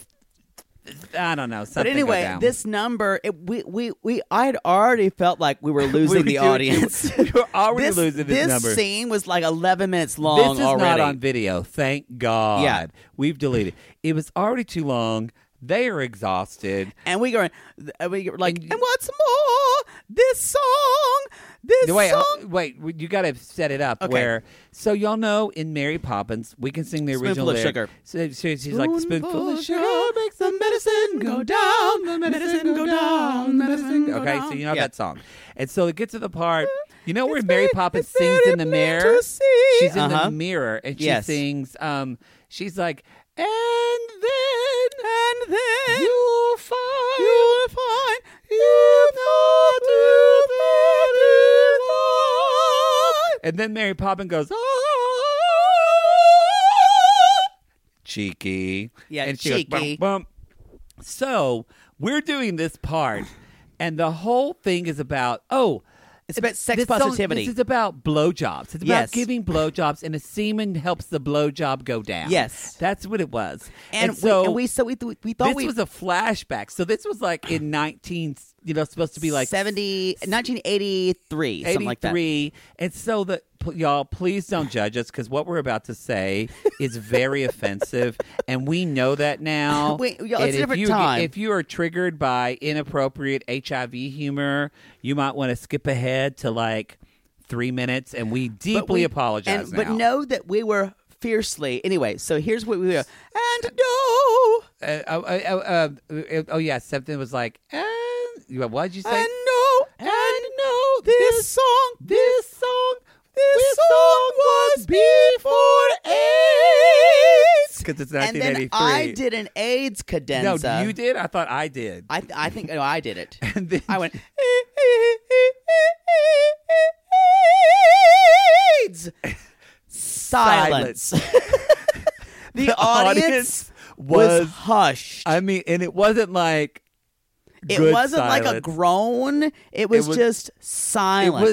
Speaker 4: I don't know
Speaker 2: but
Speaker 4: something. go
Speaker 2: anyway,
Speaker 4: down.
Speaker 2: this number, it, we we we I had already felt like we were
Speaker 4: We
Speaker 2: losing
Speaker 4: were
Speaker 2: the
Speaker 4: doing-
Speaker 2: audience.
Speaker 4: We were already
Speaker 2: this,
Speaker 4: losing this,
Speaker 2: this
Speaker 4: number.
Speaker 2: scene was like 11 minutes long
Speaker 4: This is
Speaker 2: already.
Speaker 4: not on video. Thank God.
Speaker 2: Yeah.
Speaker 4: we've deleted. It was already too long. They are exhausted.
Speaker 2: and we going, and we were like,
Speaker 4: And
Speaker 2: and,
Speaker 4: you-
Speaker 2: what's more, this song, this
Speaker 4: wait,
Speaker 2: song,
Speaker 4: uh, wait, w- you got to set it up
Speaker 2: Okay.
Speaker 4: where. So y'all know in Mary Poppins, we can sing the original
Speaker 2: Spoonful of
Speaker 4: lyric.
Speaker 2: sugar.
Speaker 4: So, so she's like spoonful of sugar.
Speaker 2: makes the medicine go down, the medicine go down, the medicine go
Speaker 4: Okay,
Speaker 2: down.
Speaker 4: so you know
Speaker 2: Yeah.
Speaker 4: that song, and so it gets to the part. You know where
Speaker 2: It's
Speaker 4: Mary
Speaker 2: very-
Speaker 4: Poppins
Speaker 2: it's
Speaker 4: sings
Speaker 2: very
Speaker 4: in the
Speaker 2: plain
Speaker 4: mirror.
Speaker 2: to see.
Speaker 4: She's in
Speaker 2: Uh-huh.
Speaker 4: the mirror and she
Speaker 2: Yes.
Speaker 4: sings. Um, she's like, and then and then you'll find you'll find you And then Mary Poppins goes. "Ah." cheeky.
Speaker 2: Yeah,
Speaker 4: and she
Speaker 2: cheeky.
Speaker 4: Goes, bump, bump. So we're doing this part, and the whole thing is about oh.
Speaker 2: It's about sex
Speaker 4: this song-
Speaker 2: positivity.
Speaker 4: this is about blowjobs. It's about
Speaker 2: Yes.
Speaker 4: giving blowjobs, and a semen helps the blowjob go down.
Speaker 2: Yes.
Speaker 4: that's what it was.
Speaker 2: And,
Speaker 4: so
Speaker 2: we, and we so we, th- we thought
Speaker 4: this
Speaker 2: we
Speaker 4: was a flashback. So this was like in nineteen, you know, supposed to be like
Speaker 2: 70 1983 something like that.
Speaker 4: 83. And so the p- y'all, please don't judge us because what we're about to say is very offensive, and we know that now.
Speaker 2: Wait, y'all,
Speaker 4: And
Speaker 2: it's a
Speaker 4: if
Speaker 2: different
Speaker 4: you,
Speaker 2: time.
Speaker 4: If you are triggered by inappropriate HIV humor, you might want to skip ahead to like three minutes, and we deeply
Speaker 2: we-
Speaker 4: apologize.
Speaker 2: and- But
Speaker 4: now.
Speaker 2: know that we were fiercely anyway. So here's what we were and no
Speaker 4: Uh, oh, oh, oh, uh, uh, oh yeah, something was like, and what would you say?
Speaker 2: and no and no this song this song this song was before AIDS
Speaker 4: Because it's
Speaker 2: and then
Speaker 4: 1983.
Speaker 2: I did an AIDS
Speaker 4: No,
Speaker 2: cadenza.
Speaker 4: you did. I thought I did.
Speaker 2: I th- I think no, I did it.
Speaker 4: and then
Speaker 2: I went AIDS silence. the, audience was,
Speaker 4: was
Speaker 2: hushed.
Speaker 4: I mean, and it wasn't like
Speaker 2: it
Speaker 4: good
Speaker 2: wasn't like a
Speaker 4: silence.
Speaker 2: groan. It was,
Speaker 4: was-
Speaker 2: just
Speaker 4: It
Speaker 2: silence.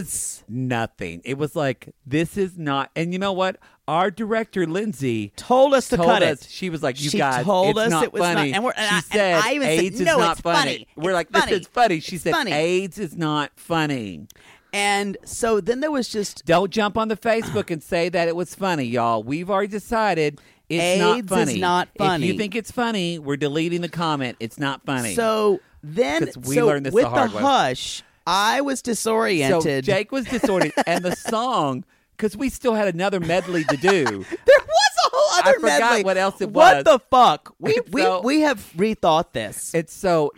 Speaker 4: was nothing. It was like this is not. And you know what? Our director Lindsay
Speaker 2: told us to
Speaker 4: told
Speaker 2: cut
Speaker 4: us.
Speaker 2: it.
Speaker 4: She was like, "You
Speaker 2: She
Speaker 4: guys,
Speaker 2: told
Speaker 4: it's
Speaker 2: us
Speaker 4: not
Speaker 2: it was not-
Speaker 4: funny."
Speaker 2: and we're- and
Speaker 4: she
Speaker 2: I- and
Speaker 4: said,
Speaker 2: I even said,
Speaker 4: "AIDS
Speaker 2: "No,
Speaker 4: is not
Speaker 2: it's funny.
Speaker 4: We're
Speaker 2: It's
Speaker 4: like,
Speaker 2: funny.
Speaker 4: "This is funny." She
Speaker 2: It's
Speaker 4: said,
Speaker 2: funny.
Speaker 4: "AIDS is not funny."
Speaker 2: And so then there was just
Speaker 4: Don't jump on the Facebook and say that it was funny, y'all. We've already decided it's
Speaker 2: AIDS
Speaker 4: not
Speaker 2: is
Speaker 4: funny.
Speaker 2: not
Speaker 4: If
Speaker 2: funny.
Speaker 4: you think it's funny, we're deleting the comment. It's not funny.
Speaker 2: so then
Speaker 4: 'Cause we
Speaker 2: so
Speaker 4: learned this the
Speaker 2: with
Speaker 4: hard way.
Speaker 2: hush. I was disoriented.
Speaker 4: So Jake was disordered, and the song, because we still had another medley to do.
Speaker 2: there was a whole other
Speaker 4: I forgot
Speaker 2: medley.
Speaker 4: what else it
Speaker 2: What
Speaker 4: was.
Speaker 2: the fuck? We we,
Speaker 4: So-
Speaker 2: we have rethought this.
Speaker 4: and so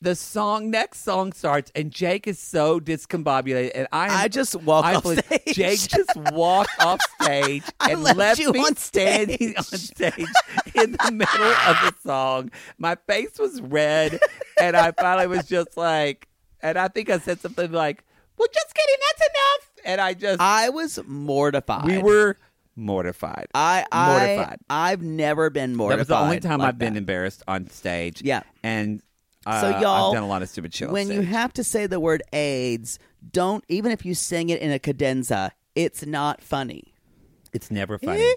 Speaker 4: the song, next song starts, and Jake is so discombobulated. And I, am-
Speaker 2: I just walked
Speaker 4: I
Speaker 2: off
Speaker 4: believe-
Speaker 2: stage.
Speaker 4: Jake just walked off stage
Speaker 2: I
Speaker 4: and
Speaker 2: left you
Speaker 4: me
Speaker 2: on
Speaker 4: standing on stage in the middle of the song. My face was red, and I finally was just like, and I think I said something like, well, just kidding, that's enough. And I just,
Speaker 2: I was mortified.
Speaker 4: we were mortified.
Speaker 2: I, I
Speaker 4: mortified.
Speaker 2: I've never been mortified.
Speaker 4: That was the only time
Speaker 2: like
Speaker 4: I've been
Speaker 2: that.
Speaker 4: embarrassed on stage.
Speaker 2: Yeah.
Speaker 4: And Uh,
Speaker 2: so y'all
Speaker 4: I've done a lot of stupid shit. on
Speaker 2: When you
Speaker 4: stage.
Speaker 2: have to say the word AIDS, don't even if you sing it in a cadenza, it's not funny.
Speaker 4: it's
Speaker 2: Eh?
Speaker 4: never funny.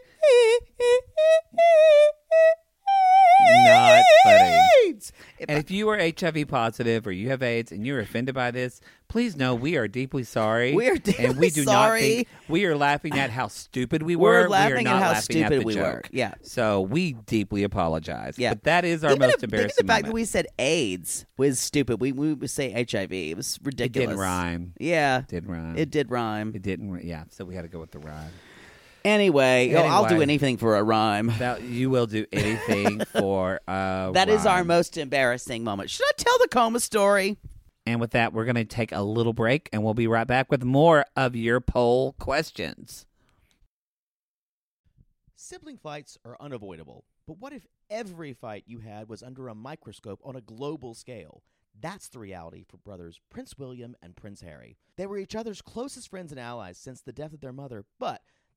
Speaker 4: Not funny.
Speaker 2: AIDS.
Speaker 4: And if you are HIV positive or you have AIDS and you're offended by this, please know we are deeply sorry.
Speaker 2: We are
Speaker 4: and we
Speaker 2: deeply
Speaker 4: do
Speaker 2: sorry.
Speaker 4: not think we are laughing at how stupid we
Speaker 2: We're
Speaker 4: were. we are
Speaker 2: laughing at
Speaker 4: not
Speaker 2: how
Speaker 4: laughing at
Speaker 2: stupid
Speaker 4: the
Speaker 2: we
Speaker 4: joke.
Speaker 2: were. Yeah.
Speaker 4: So we deeply apologize.
Speaker 2: Yeah.
Speaker 4: But that is our
Speaker 2: Even
Speaker 4: most
Speaker 2: if-
Speaker 4: embarrassing
Speaker 2: Even the fact that we
Speaker 4: moment.
Speaker 2: said AIDS was stupid. We we would say HIV. It was ridiculous.
Speaker 4: rhyme.
Speaker 2: Yeah,
Speaker 4: Did rhyme.
Speaker 2: It did rhyme.
Speaker 4: It didn't. re- Yeah. So we had to go with the rhyme.
Speaker 2: Anyway, oh, I'll do
Speaker 4: Anyway.
Speaker 2: anything for a rhyme.
Speaker 4: That you will do anything for. Uh,
Speaker 2: That is our
Speaker 4: rhyme.
Speaker 2: most embarrassing moment. Should I tell the coma story?
Speaker 4: And with that, we're going to take a little break, and we'll be right back with more of your poll questions.
Speaker 5: Sibling fights are unavoidable, but what if every fight you had was under a microscope on a global scale? That's the reality for brothers Prince William and Prince Harry. They were each other's closest friends and allies since the death of their mother, but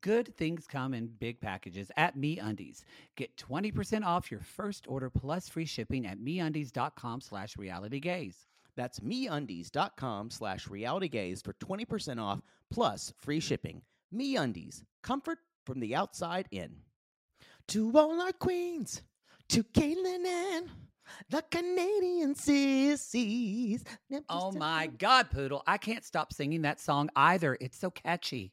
Speaker 4: good things come in big packages at MeUndies. Get 20% off your first order plus free shipping at MeUndies.com slash realitygaze.
Speaker 5: That's meundies.com slash realitygaze for 20% off plus free shipping. Meundies, comfort from the outside in. To all our queens, to Caitlin and the Canadian sissies.
Speaker 4: Oh my God, Poodle, I can't stop singing that song either. It's so catchy.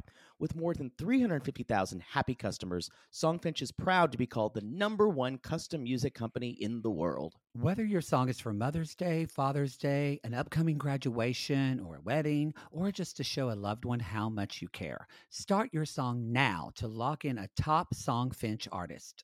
Speaker 5: With more than 350,000 happy customers, Songfinch is proud to be called the number one custom music company in the world.
Speaker 4: Whether your song is for Mother's Day, Father's Day, an upcoming graduation or a wedding, or just to show a loved one how much you care, start your song now to lock in a top Songfinch artist.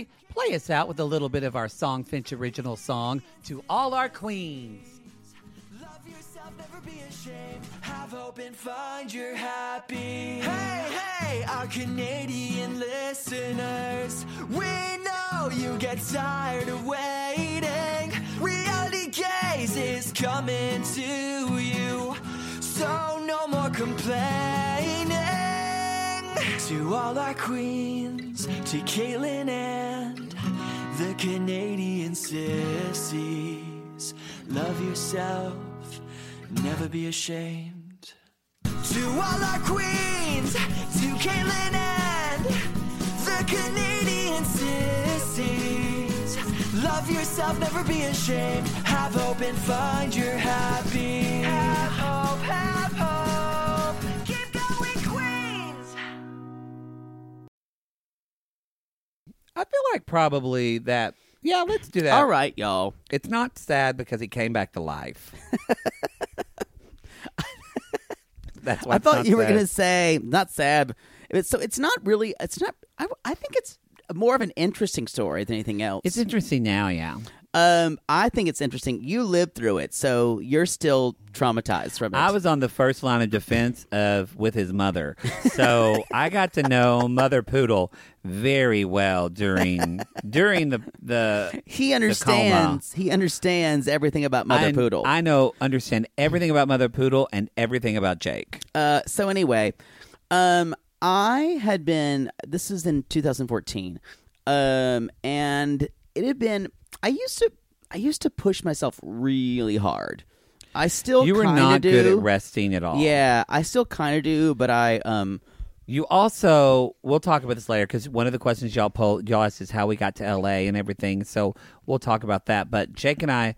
Speaker 4: play us out with a little bit of our Songfinch original song, To All Our Queens.
Speaker 6: Love yourself, never be ashamed. Have hope and find your happy. Hey, hey, our Canadian listeners. We know you get tired of waiting. Reality Gaze is coming to you. So no more complaining. To all our queens, to Caitlin and the Canadian sissies. Love yourself, never be ashamed. To all our queens, to Caitlin and the Canadian sissies. Love yourself, never be ashamed. Have hope and find your happy. Have hope, have hope. Keep going, Queens.
Speaker 4: I feel like probably that. Yeah, let's do that.
Speaker 5: All right, y'all.
Speaker 4: It's not sad because he came back to life. That's why
Speaker 2: I
Speaker 4: it's
Speaker 2: thought
Speaker 4: not
Speaker 2: you were
Speaker 4: sad.
Speaker 2: going to say not sad. It's- so it's not really. It's not. I, I think it's more of an interesting story than anything else.
Speaker 4: It's interesting now, yeah.
Speaker 2: um, I think it's interesting. You lived through it, so you're still traumatized from it.
Speaker 4: I was on the first line of defense of with his mother, so I got to know Mother Poodle very well during during the the.
Speaker 2: He understands. He understands everything about Mother
Speaker 4: I-
Speaker 2: Poodle.
Speaker 4: I know, understand everything about Mother Poodle and everything about Jake.
Speaker 2: Uh, so anyway, um, I had been. This was in 2014, um, and it had been. I used to. I used to push myself really hard. I still
Speaker 4: You were
Speaker 2: kinda
Speaker 4: not good
Speaker 2: do.
Speaker 4: at resting at all.
Speaker 2: Yeah, I still kind of do, but I um
Speaker 4: You also, we'll talk about this later because one of the questions y'all poll, y'all asked is how we got to LA and everything. So we'll talk about that. But Jake and I,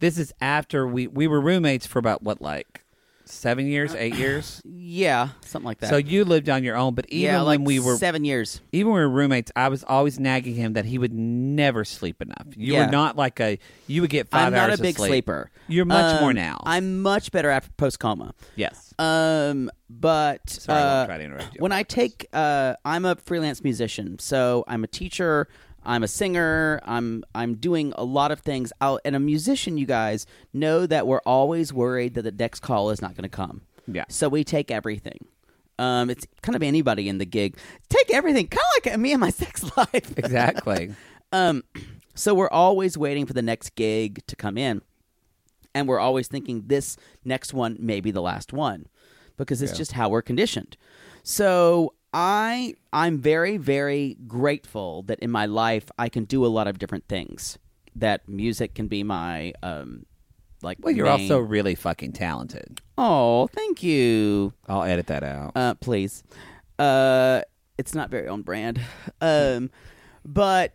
Speaker 4: this is after we we were roommates for about what like seven years, eight years.
Speaker 2: yeah, something like that.
Speaker 4: So you lived on your own, but even
Speaker 2: yeah, like
Speaker 4: when we were
Speaker 2: seven years.
Speaker 4: even when we were roommates, I was always nagging him that he would never sleep enough. You
Speaker 2: Yeah.
Speaker 4: were not like a you would get
Speaker 2: I'm
Speaker 4: 5 hours.
Speaker 2: not a
Speaker 4: of
Speaker 2: big
Speaker 4: sleep.
Speaker 2: sleeper.
Speaker 4: You're much
Speaker 2: Um,
Speaker 4: more now.
Speaker 2: I'm much better after post coma.
Speaker 4: yes.
Speaker 2: Um, but
Speaker 4: Sorry, I
Speaker 2: uh,
Speaker 4: won't try to interrupt you.
Speaker 2: when I take, uh, I'm a freelance musician, so I'm a teacher, I'm a singer, I'm I'm doing a lot of things. I'll, and a musician, you guys know that we're always worried that the next call is not going to come.
Speaker 4: Yeah.
Speaker 2: So we take everything. Um, it's kind of anybody in the gig. Take everything, kind of like me and my sex life.
Speaker 4: exactly.
Speaker 2: Um, so we're always waiting for the next gig to come in, and we're always thinking this next one may be the last one, because it's just how we're conditioned. So I I'm very very grateful that in my life I can do a lot of different things. That music can be my um like.
Speaker 4: Well, you're
Speaker 2: main-
Speaker 4: also really fucking talented.
Speaker 2: oh thank you
Speaker 4: I'll edit that out.
Speaker 2: uh, please. Uh, it's not very on brand. Um, but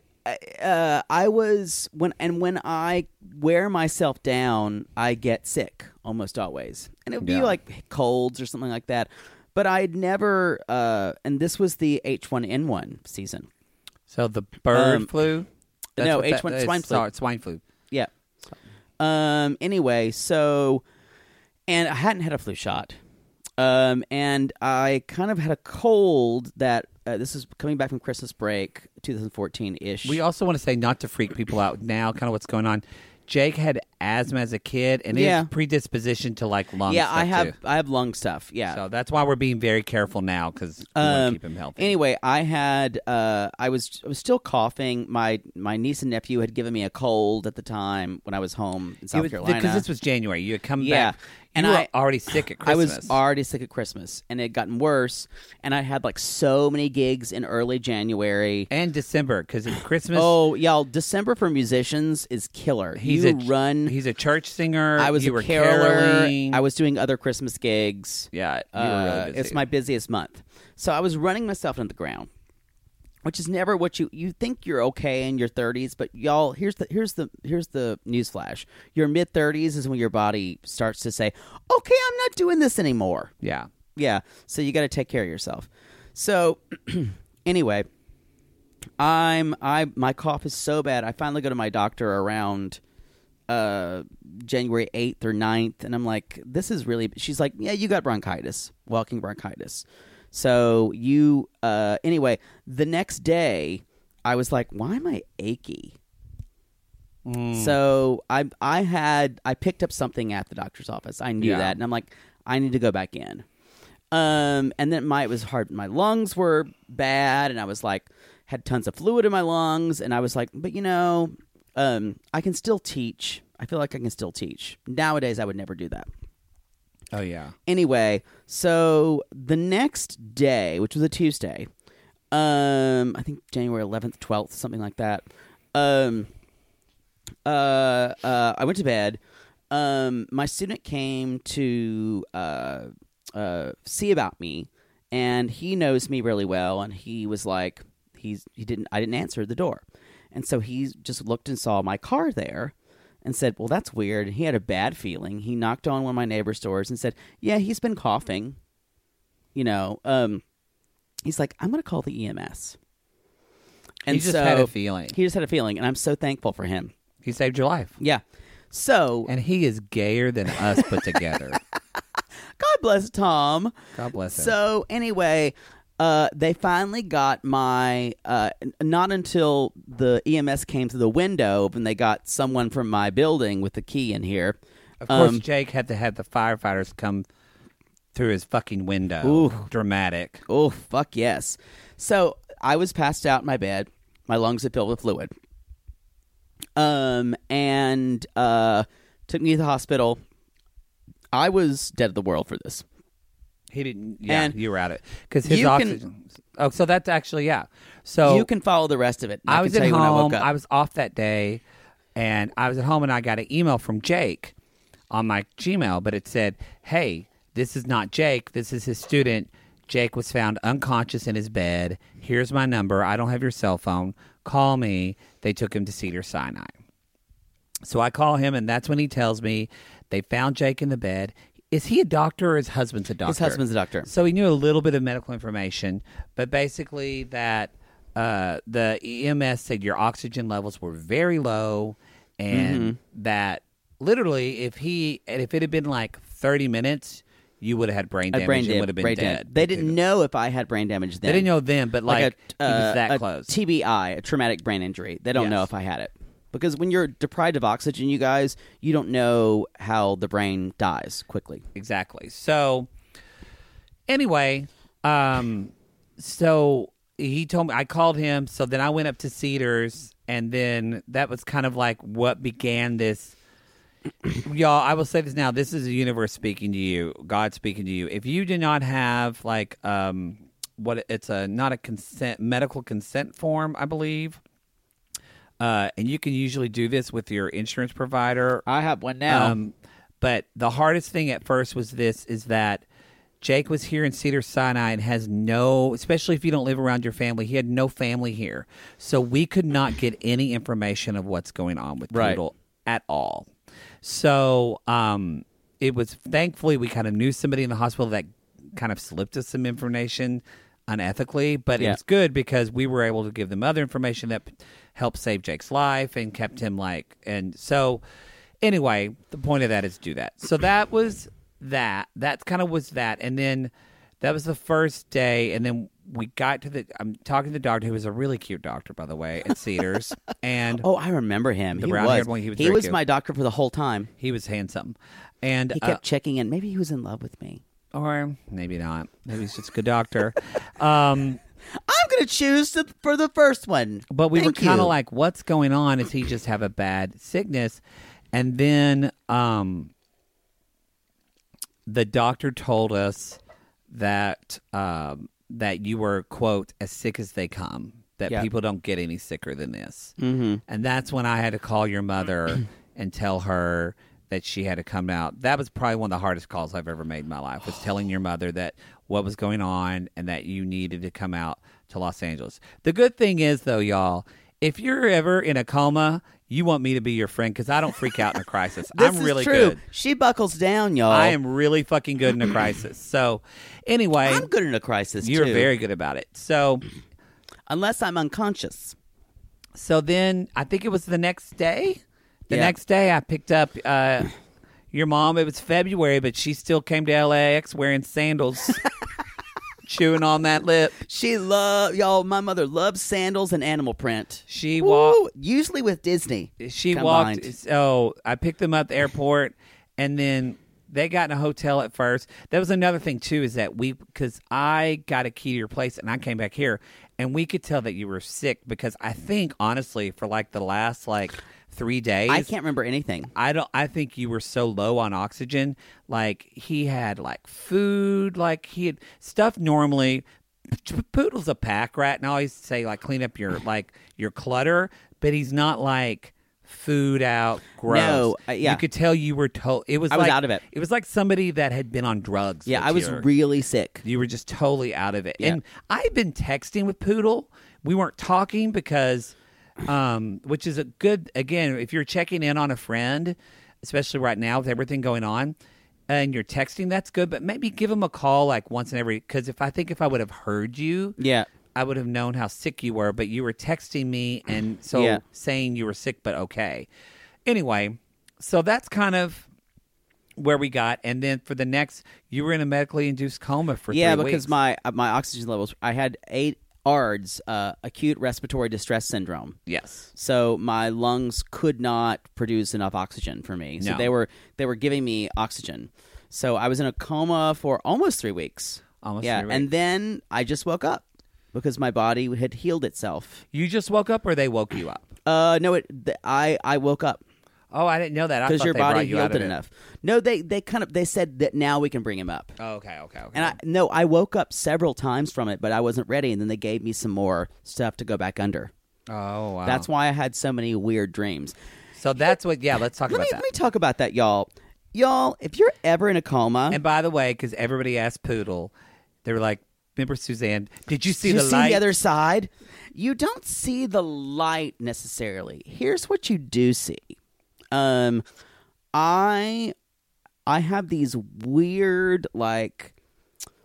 Speaker 2: uh, I was when and when I wear myself down, I get sick almost always, and it would be like colds or something like that. But I'd never, uh, and this was the H1N1 season.
Speaker 4: So the bird
Speaker 2: Um,
Speaker 4: flu.
Speaker 2: no,
Speaker 4: what that-
Speaker 2: H1
Speaker 4: it's-
Speaker 2: swine flu.
Speaker 4: Sorry, swine flu.
Speaker 2: Yeah. Um. Anyway, so, and I hadn't had a flu shot. Um. And I kind of had a cold that uh, this is coming back from Christmas break, 2014 ish.
Speaker 4: We also want to say not to freak people out now. Kind of what's going on. Jake had asthma as a kid, and
Speaker 2: Yeah.
Speaker 4: his predisposition to like lung.
Speaker 2: yeah, I
Speaker 4: stuff,
Speaker 2: have
Speaker 4: too.
Speaker 2: I have lung stuff. Yeah. Um,
Speaker 4: So that's why we're being very careful now because we want to keep him healthy.
Speaker 2: Anyway, I had uh, I was I was still coughing. My my niece and nephew had given me a cold at the time when I was home in South Carolina.
Speaker 4: because this was January. You had come
Speaker 2: Yeah.
Speaker 4: back,
Speaker 2: And
Speaker 4: you were
Speaker 2: I-
Speaker 4: already sick at
Speaker 2: I
Speaker 4: Christmas.
Speaker 2: was already sick at Christmas, and it had gotten worse. And I had like so many gigs in early January.
Speaker 4: and December because Christmas.
Speaker 2: Oh, y'all! December for musicians is killer.
Speaker 4: he's
Speaker 2: you
Speaker 4: a
Speaker 2: run.
Speaker 4: He's a church singer.
Speaker 2: I was
Speaker 4: you
Speaker 2: a
Speaker 4: were
Speaker 2: caroler.
Speaker 4: caroling.
Speaker 2: I was doing other Christmas gigs.
Speaker 4: Yeah, you were
Speaker 2: Uh,
Speaker 4: really busy.
Speaker 2: it's my busiest month. So I was running myself into the ground, which is never what you you think you're okay in your 30s, but y'all here's the here's the here's the newsflash. Your mid 30s is when your body starts to say, "Okay, I'm not doing this anymore."
Speaker 4: Yeah.
Speaker 2: Yeah. So you got to take care of yourself. So anyway, I'm I my cough is so bad. I finally go to my doctor around uh January 8th or 9th and I'm like this is really she's like yeah you got bronchitis walking bronchitis so you uh anyway the next day I was like why am I achy so I I had I picked up something at the doctor's office. I knew
Speaker 4: Yeah.
Speaker 2: that, and I'm like, I need to go back in. Um, and then my it was hard. My lungs were bad, and I was like, had tons of fluid in my lungs, and I was like, but you know, um, I can still teach. I feel like I can still teach. Nowadays, I would never do that.
Speaker 4: Oh yeah.
Speaker 2: Anyway, so the next day, which was a Tuesday, um, I think January 11th, 12th, something like that. Um, uh, uh, I went to bed. Um, my student came to uh, uh, see about me, and he knows me really well. And he was like, he's he didn't I didn't answer the door, and so he just looked and saw my car there, and said, "Well, that's weird." And he had a bad feeling. He knocked on one of my neighbor's doors and said, "Yeah, he's been coughing." You know, um, he's like, "I'm going to call the E EMS."
Speaker 4: he just had a feeling.
Speaker 2: He just had a feeling, and I'm so thankful for him.
Speaker 4: He saved your life,
Speaker 2: Yeah. So
Speaker 4: and he is gayer than us put together.
Speaker 2: God bless Tom.
Speaker 4: God bless him.
Speaker 2: So anyway, uh, they finally got my. Uh, n- not until the EMS came to the window, and they got someone from my building with the key in here.
Speaker 4: Of course,
Speaker 2: Um,
Speaker 4: Jake had to have the firefighters come through his fucking window. Dramatic.
Speaker 2: Oh fuck yes! So I was passed out in my bed. My lungs had filled with fluid. Um, and uh, took me to the hospital. I was dead of the world for this.
Speaker 4: He didn't. Yeah,
Speaker 2: And
Speaker 4: you were at it because his
Speaker 2: you can-
Speaker 4: oxygen. oh, so that's actually yeah. So
Speaker 2: you can follow the rest of it.
Speaker 4: I
Speaker 2: can
Speaker 4: was
Speaker 2: tell
Speaker 4: at
Speaker 2: you
Speaker 4: home.
Speaker 2: when I woke up.
Speaker 4: was off that day, and I was at home, and I got an email from Jake on my Gmail, but it said, "Hey, this is not Jake. This is his student. Jake was found unconscious in his bed. Here's my number. I don't have your cell phone. Call me." They took him to Cedar Sinai. So I call him, and that's when he tells me they found Jake in the bed. Is he a doctor or his husband's a doctor?
Speaker 2: husband's a doctor.
Speaker 4: So he knew a little bit of medical information, but basically that uh, the EMS said your oxygen levels were very low, and
Speaker 2: Mm-hmm.
Speaker 4: that literally if he and if it had been like thirty minutes, you would have had brain
Speaker 2: I
Speaker 4: damage
Speaker 2: brain
Speaker 4: and
Speaker 2: dam-
Speaker 4: would have been
Speaker 2: brain dam-
Speaker 4: dead.
Speaker 2: They didn't know if I had brain damage then.
Speaker 4: They didn't know then, but like,
Speaker 2: a,
Speaker 4: he
Speaker 2: uh,
Speaker 4: was that
Speaker 2: a
Speaker 4: close.
Speaker 2: TBI, a traumatic brain injury. They don't know
Speaker 4: Yes.
Speaker 2: if I had it. Because when you're deprived of oxygen, you guys, you don't know how the brain dies quickly.
Speaker 4: exactly. So anyway, um so he told me I called him, so then I went up to Cedars and then that was kind of like what began this y'all, I will say this now, this is the universe speaking to you, God speaking to you. If you do not have like um what it's a not a consent medical consent form, I believe. Uh, and you can usually do this with your insurance provider
Speaker 2: I have one now.
Speaker 4: um, but the hardest thing at first was this: is that Jake was here in Cedar Sinai and has no, especially if you don't live around your family, he had no family here. So we could not get any information of what's going on with
Speaker 2: Right.
Speaker 4: Poodle at all. So um, it was thankfully we kind of knew somebody in the hospital that kind of slipped us some information unethically, but
Speaker 2: Yeah.
Speaker 4: it was good because we were able to give them other information that p- helped save Jake's life and kept him like. And so, anyway, the point of that is do that. So that was that. That kind of was that. And then that was the first day. And then we got to the. I'm talking to the doctor who was a really cute doctor, by the way, at Cedars. and
Speaker 2: Oh, I remember him.
Speaker 4: The
Speaker 2: he
Speaker 4: brown-haired
Speaker 2: was.
Speaker 4: one, he was
Speaker 2: he
Speaker 4: very
Speaker 2: was
Speaker 4: cute.
Speaker 2: my doctor for the whole time.
Speaker 4: he was handsome. And
Speaker 2: He
Speaker 4: uh,
Speaker 2: kept checking in. Maybe he was in love with me.
Speaker 4: or maybe not. Maybe he's just a good doctor. um,
Speaker 2: I'm gonna choose to, for the first one.
Speaker 4: but we
Speaker 2: Thank
Speaker 4: were kind
Speaker 2: you.
Speaker 4: of like, "What's going on? Is he just have a bad sickness?" And then um, the doctor told us that um, that you were quote as sick as they come. That
Speaker 2: Yeah. Mm-hmm.
Speaker 4: people don't get any sicker than this. And that's when I had to call your mother and tell her that she had to come out. That was probably one of the hardest calls I've ever made in my life was telling your mother that what was going on and that you needed to come out to Los Angeles. The good thing is though, y'all, if you're ever in a coma, you want me to be your friend because I don't freak out in a crisis.
Speaker 2: This
Speaker 4: I'm
Speaker 2: is
Speaker 4: really
Speaker 2: true.
Speaker 4: good.
Speaker 2: She buckles down, y'all.
Speaker 4: I am really fucking good in a crisis. So, anyway,
Speaker 2: I'm good in a crisis.
Speaker 4: you're
Speaker 2: too,
Speaker 4: very good about it. So,
Speaker 2: unless I'm unconscious.
Speaker 4: so then I think it was the next day. The
Speaker 2: Yeah.
Speaker 4: next day I picked up uh, your mom. It was February, but she still came to LAX wearing sandals, chewing on that lip.
Speaker 2: She love y'all. My mother loves sandals and animal print.
Speaker 4: She
Speaker 2: Woo!
Speaker 4: walked.
Speaker 2: usually with Disney.
Speaker 4: She
Speaker 2: combined.
Speaker 4: walked. So I picked them up at the airport, and then they got in a hotel at first. That was another thing too, is that we because I got a key to your place, and I came back here, and we could tell that you were sick because I think honestly, for like the last like three days,
Speaker 2: I can't remember anything.
Speaker 4: I don't. I think you were so low on oxygen. Like he had like food. Like he had stuff normally. P- Poodle's a pack rat, and I always say like clean up your like your clutter. But he's not like food out. Gross.
Speaker 2: No, uh, yeah.
Speaker 4: You could tell you were told it was.
Speaker 2: I was
Speaker 4: like-
Speaker 2: out of it.
Speaker 4: It was like somebody that had been on drugs.
Speaker 2: Yeah,
Speaker 4: for
Speaker 2: I was
Speaker 4: cure.
Speaker 2: really sick.
Speaker 4: You were just totally out of it. And I've been texting with Poodle. We weren't talking because, um, which is a good, again, if you're checking in on a friend, especially right now with everything going on, and you're texting, that's good. But maybe give him a call like once in every, because if I think if I would have heard you,
Speaker 2: Yeah.
Speaker 4: I would have known how sick you were, but you were texting me and so
Speaker 2: Yeah.
Speaker 4: saying you were sick but okay. Anyway, so that's kind of where we got. And then for the next, you were in a medically induced coma for
Speaker 2: yeah,
Speaker 4: three
Speaker 2: because
Speaker 4: weeks.
Speaker 2: my uh, my oxygen levels. I had eight ARDS, uh, acute respiratory distress syndrome.
Speaker 4: yes,
Speaker 2: So my lungs could not produce enough oxygen for me. So
Speaker 4: No.
Speaker 2: they were they were giving me oxygen. So I was in a coma for almost three weeks.
Speaker 4: Almost
Speaker 2: yeah,
Speaker 4: three
Speaker 2: and
Speaker 4: weeks.
Speaker 2: then I just woke up because my body had healed itself.
Speaker 4: you just woke up, or they woke you up.
Speaker 2: Uh, no, it th- I I woke up
Speaker 4: Oh, I didn't know that. I
Speaker 2: because
Speaker 4: thought
Speaker 2: your
Speaker 4: they
Speaker 2: body
Speaker 4: brought you
Speaker 2: healed
Speaker 4: out of
Speaker 2: it enough. No, they they kind of they said that now we can bring him up.
Speaker 4: Oh, okay, okay, okay.
Speaker 2: And I no, I woke up several times from it, but I wasn't ready. And then they gave me some more stuff to go back under.
Speaker 4: oh, wow.
Speaker 2: That's why I had so many weird dreams.
Speaker 4: so that's what. Yeah, let's talk
Speaker 2: Let
Speaker 4: about
Speaker 2: me
Speaker 4: that.
Speaker 2: let me talk about that, y'all. Y'all, if you're ever in a coma,
Speaker 4: and by the way, because everybody asked Poodle, they were like, "Remember Suzanne? Did you see
Speaker 2: you
Speaker 4: the
Speaker 2: see
Speaker 4: light?"
Speaker 2: the other side. You don't see the light necessarily. Here's what you do see. Um, I I have these weird like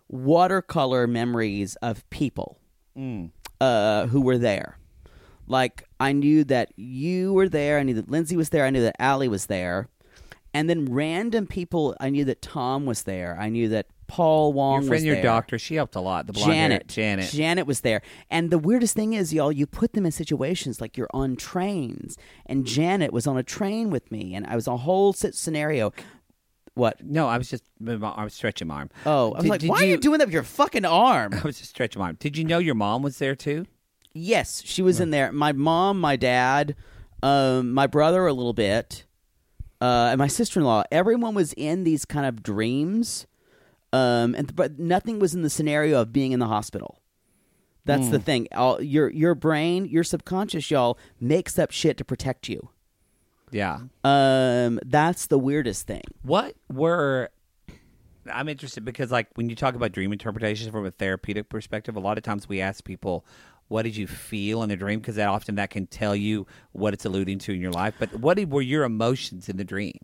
Speaker 2: watercolor memories of people
Speaker 4: Mm.
Speaker 2: uh, who were there. Like I knew that you were there. I knew that Lindsay was there. I knew that Allie was there. And then random people. I knew that Tom was there. I knew that Paul Wong
Speaker 4: your
Speaker 2: was
Speaker 4: friend,
Speaker 2: there.
Speaker 4: your doctor, she helped a lot. The blonde
Speaker 2: Janet.
Speaker 4: Janet.
Speaker 2: Janet was there. And the weirdest thing is, y'all, you put them in situations like you're on trains,
Speaker 4: Mm.
Speaker 2: and Janet was on a train with me, and I was a whole sit scenario. What?
Speaker 4: no, I was just I was stretching my arm.
Speaker 2: Oh, I was
Speaker 4: Did-
Speaker 2: like,
Speaker 4: did
Speaker 2: why are you doing that with your fucking arm?
Speaker 4: I was just stretching my arm. Did you know your mom was there too?
Speaker 2: yes, she was in there. My mom, my dad, um, my brother a little bit, uh, and my sister in law. Everyone was in these kind of dreams, um, and but nothing was in the scenario of being in the hospital. That's the thing. All, your your brain, your subconscious, y'all makes up shit to protect you.
Speaker 4: Yeah.
Speaker 2: Um, that's the weirdest thing.
Speaker 4: What were I'm interested because, like, when you talk about dream interpretation from a therapeutic perspective, a lot of times we ask people, "What did you feel in the dream?" Because that often that can tell you what it's alluding to in your life. But what were your emotions in the dream?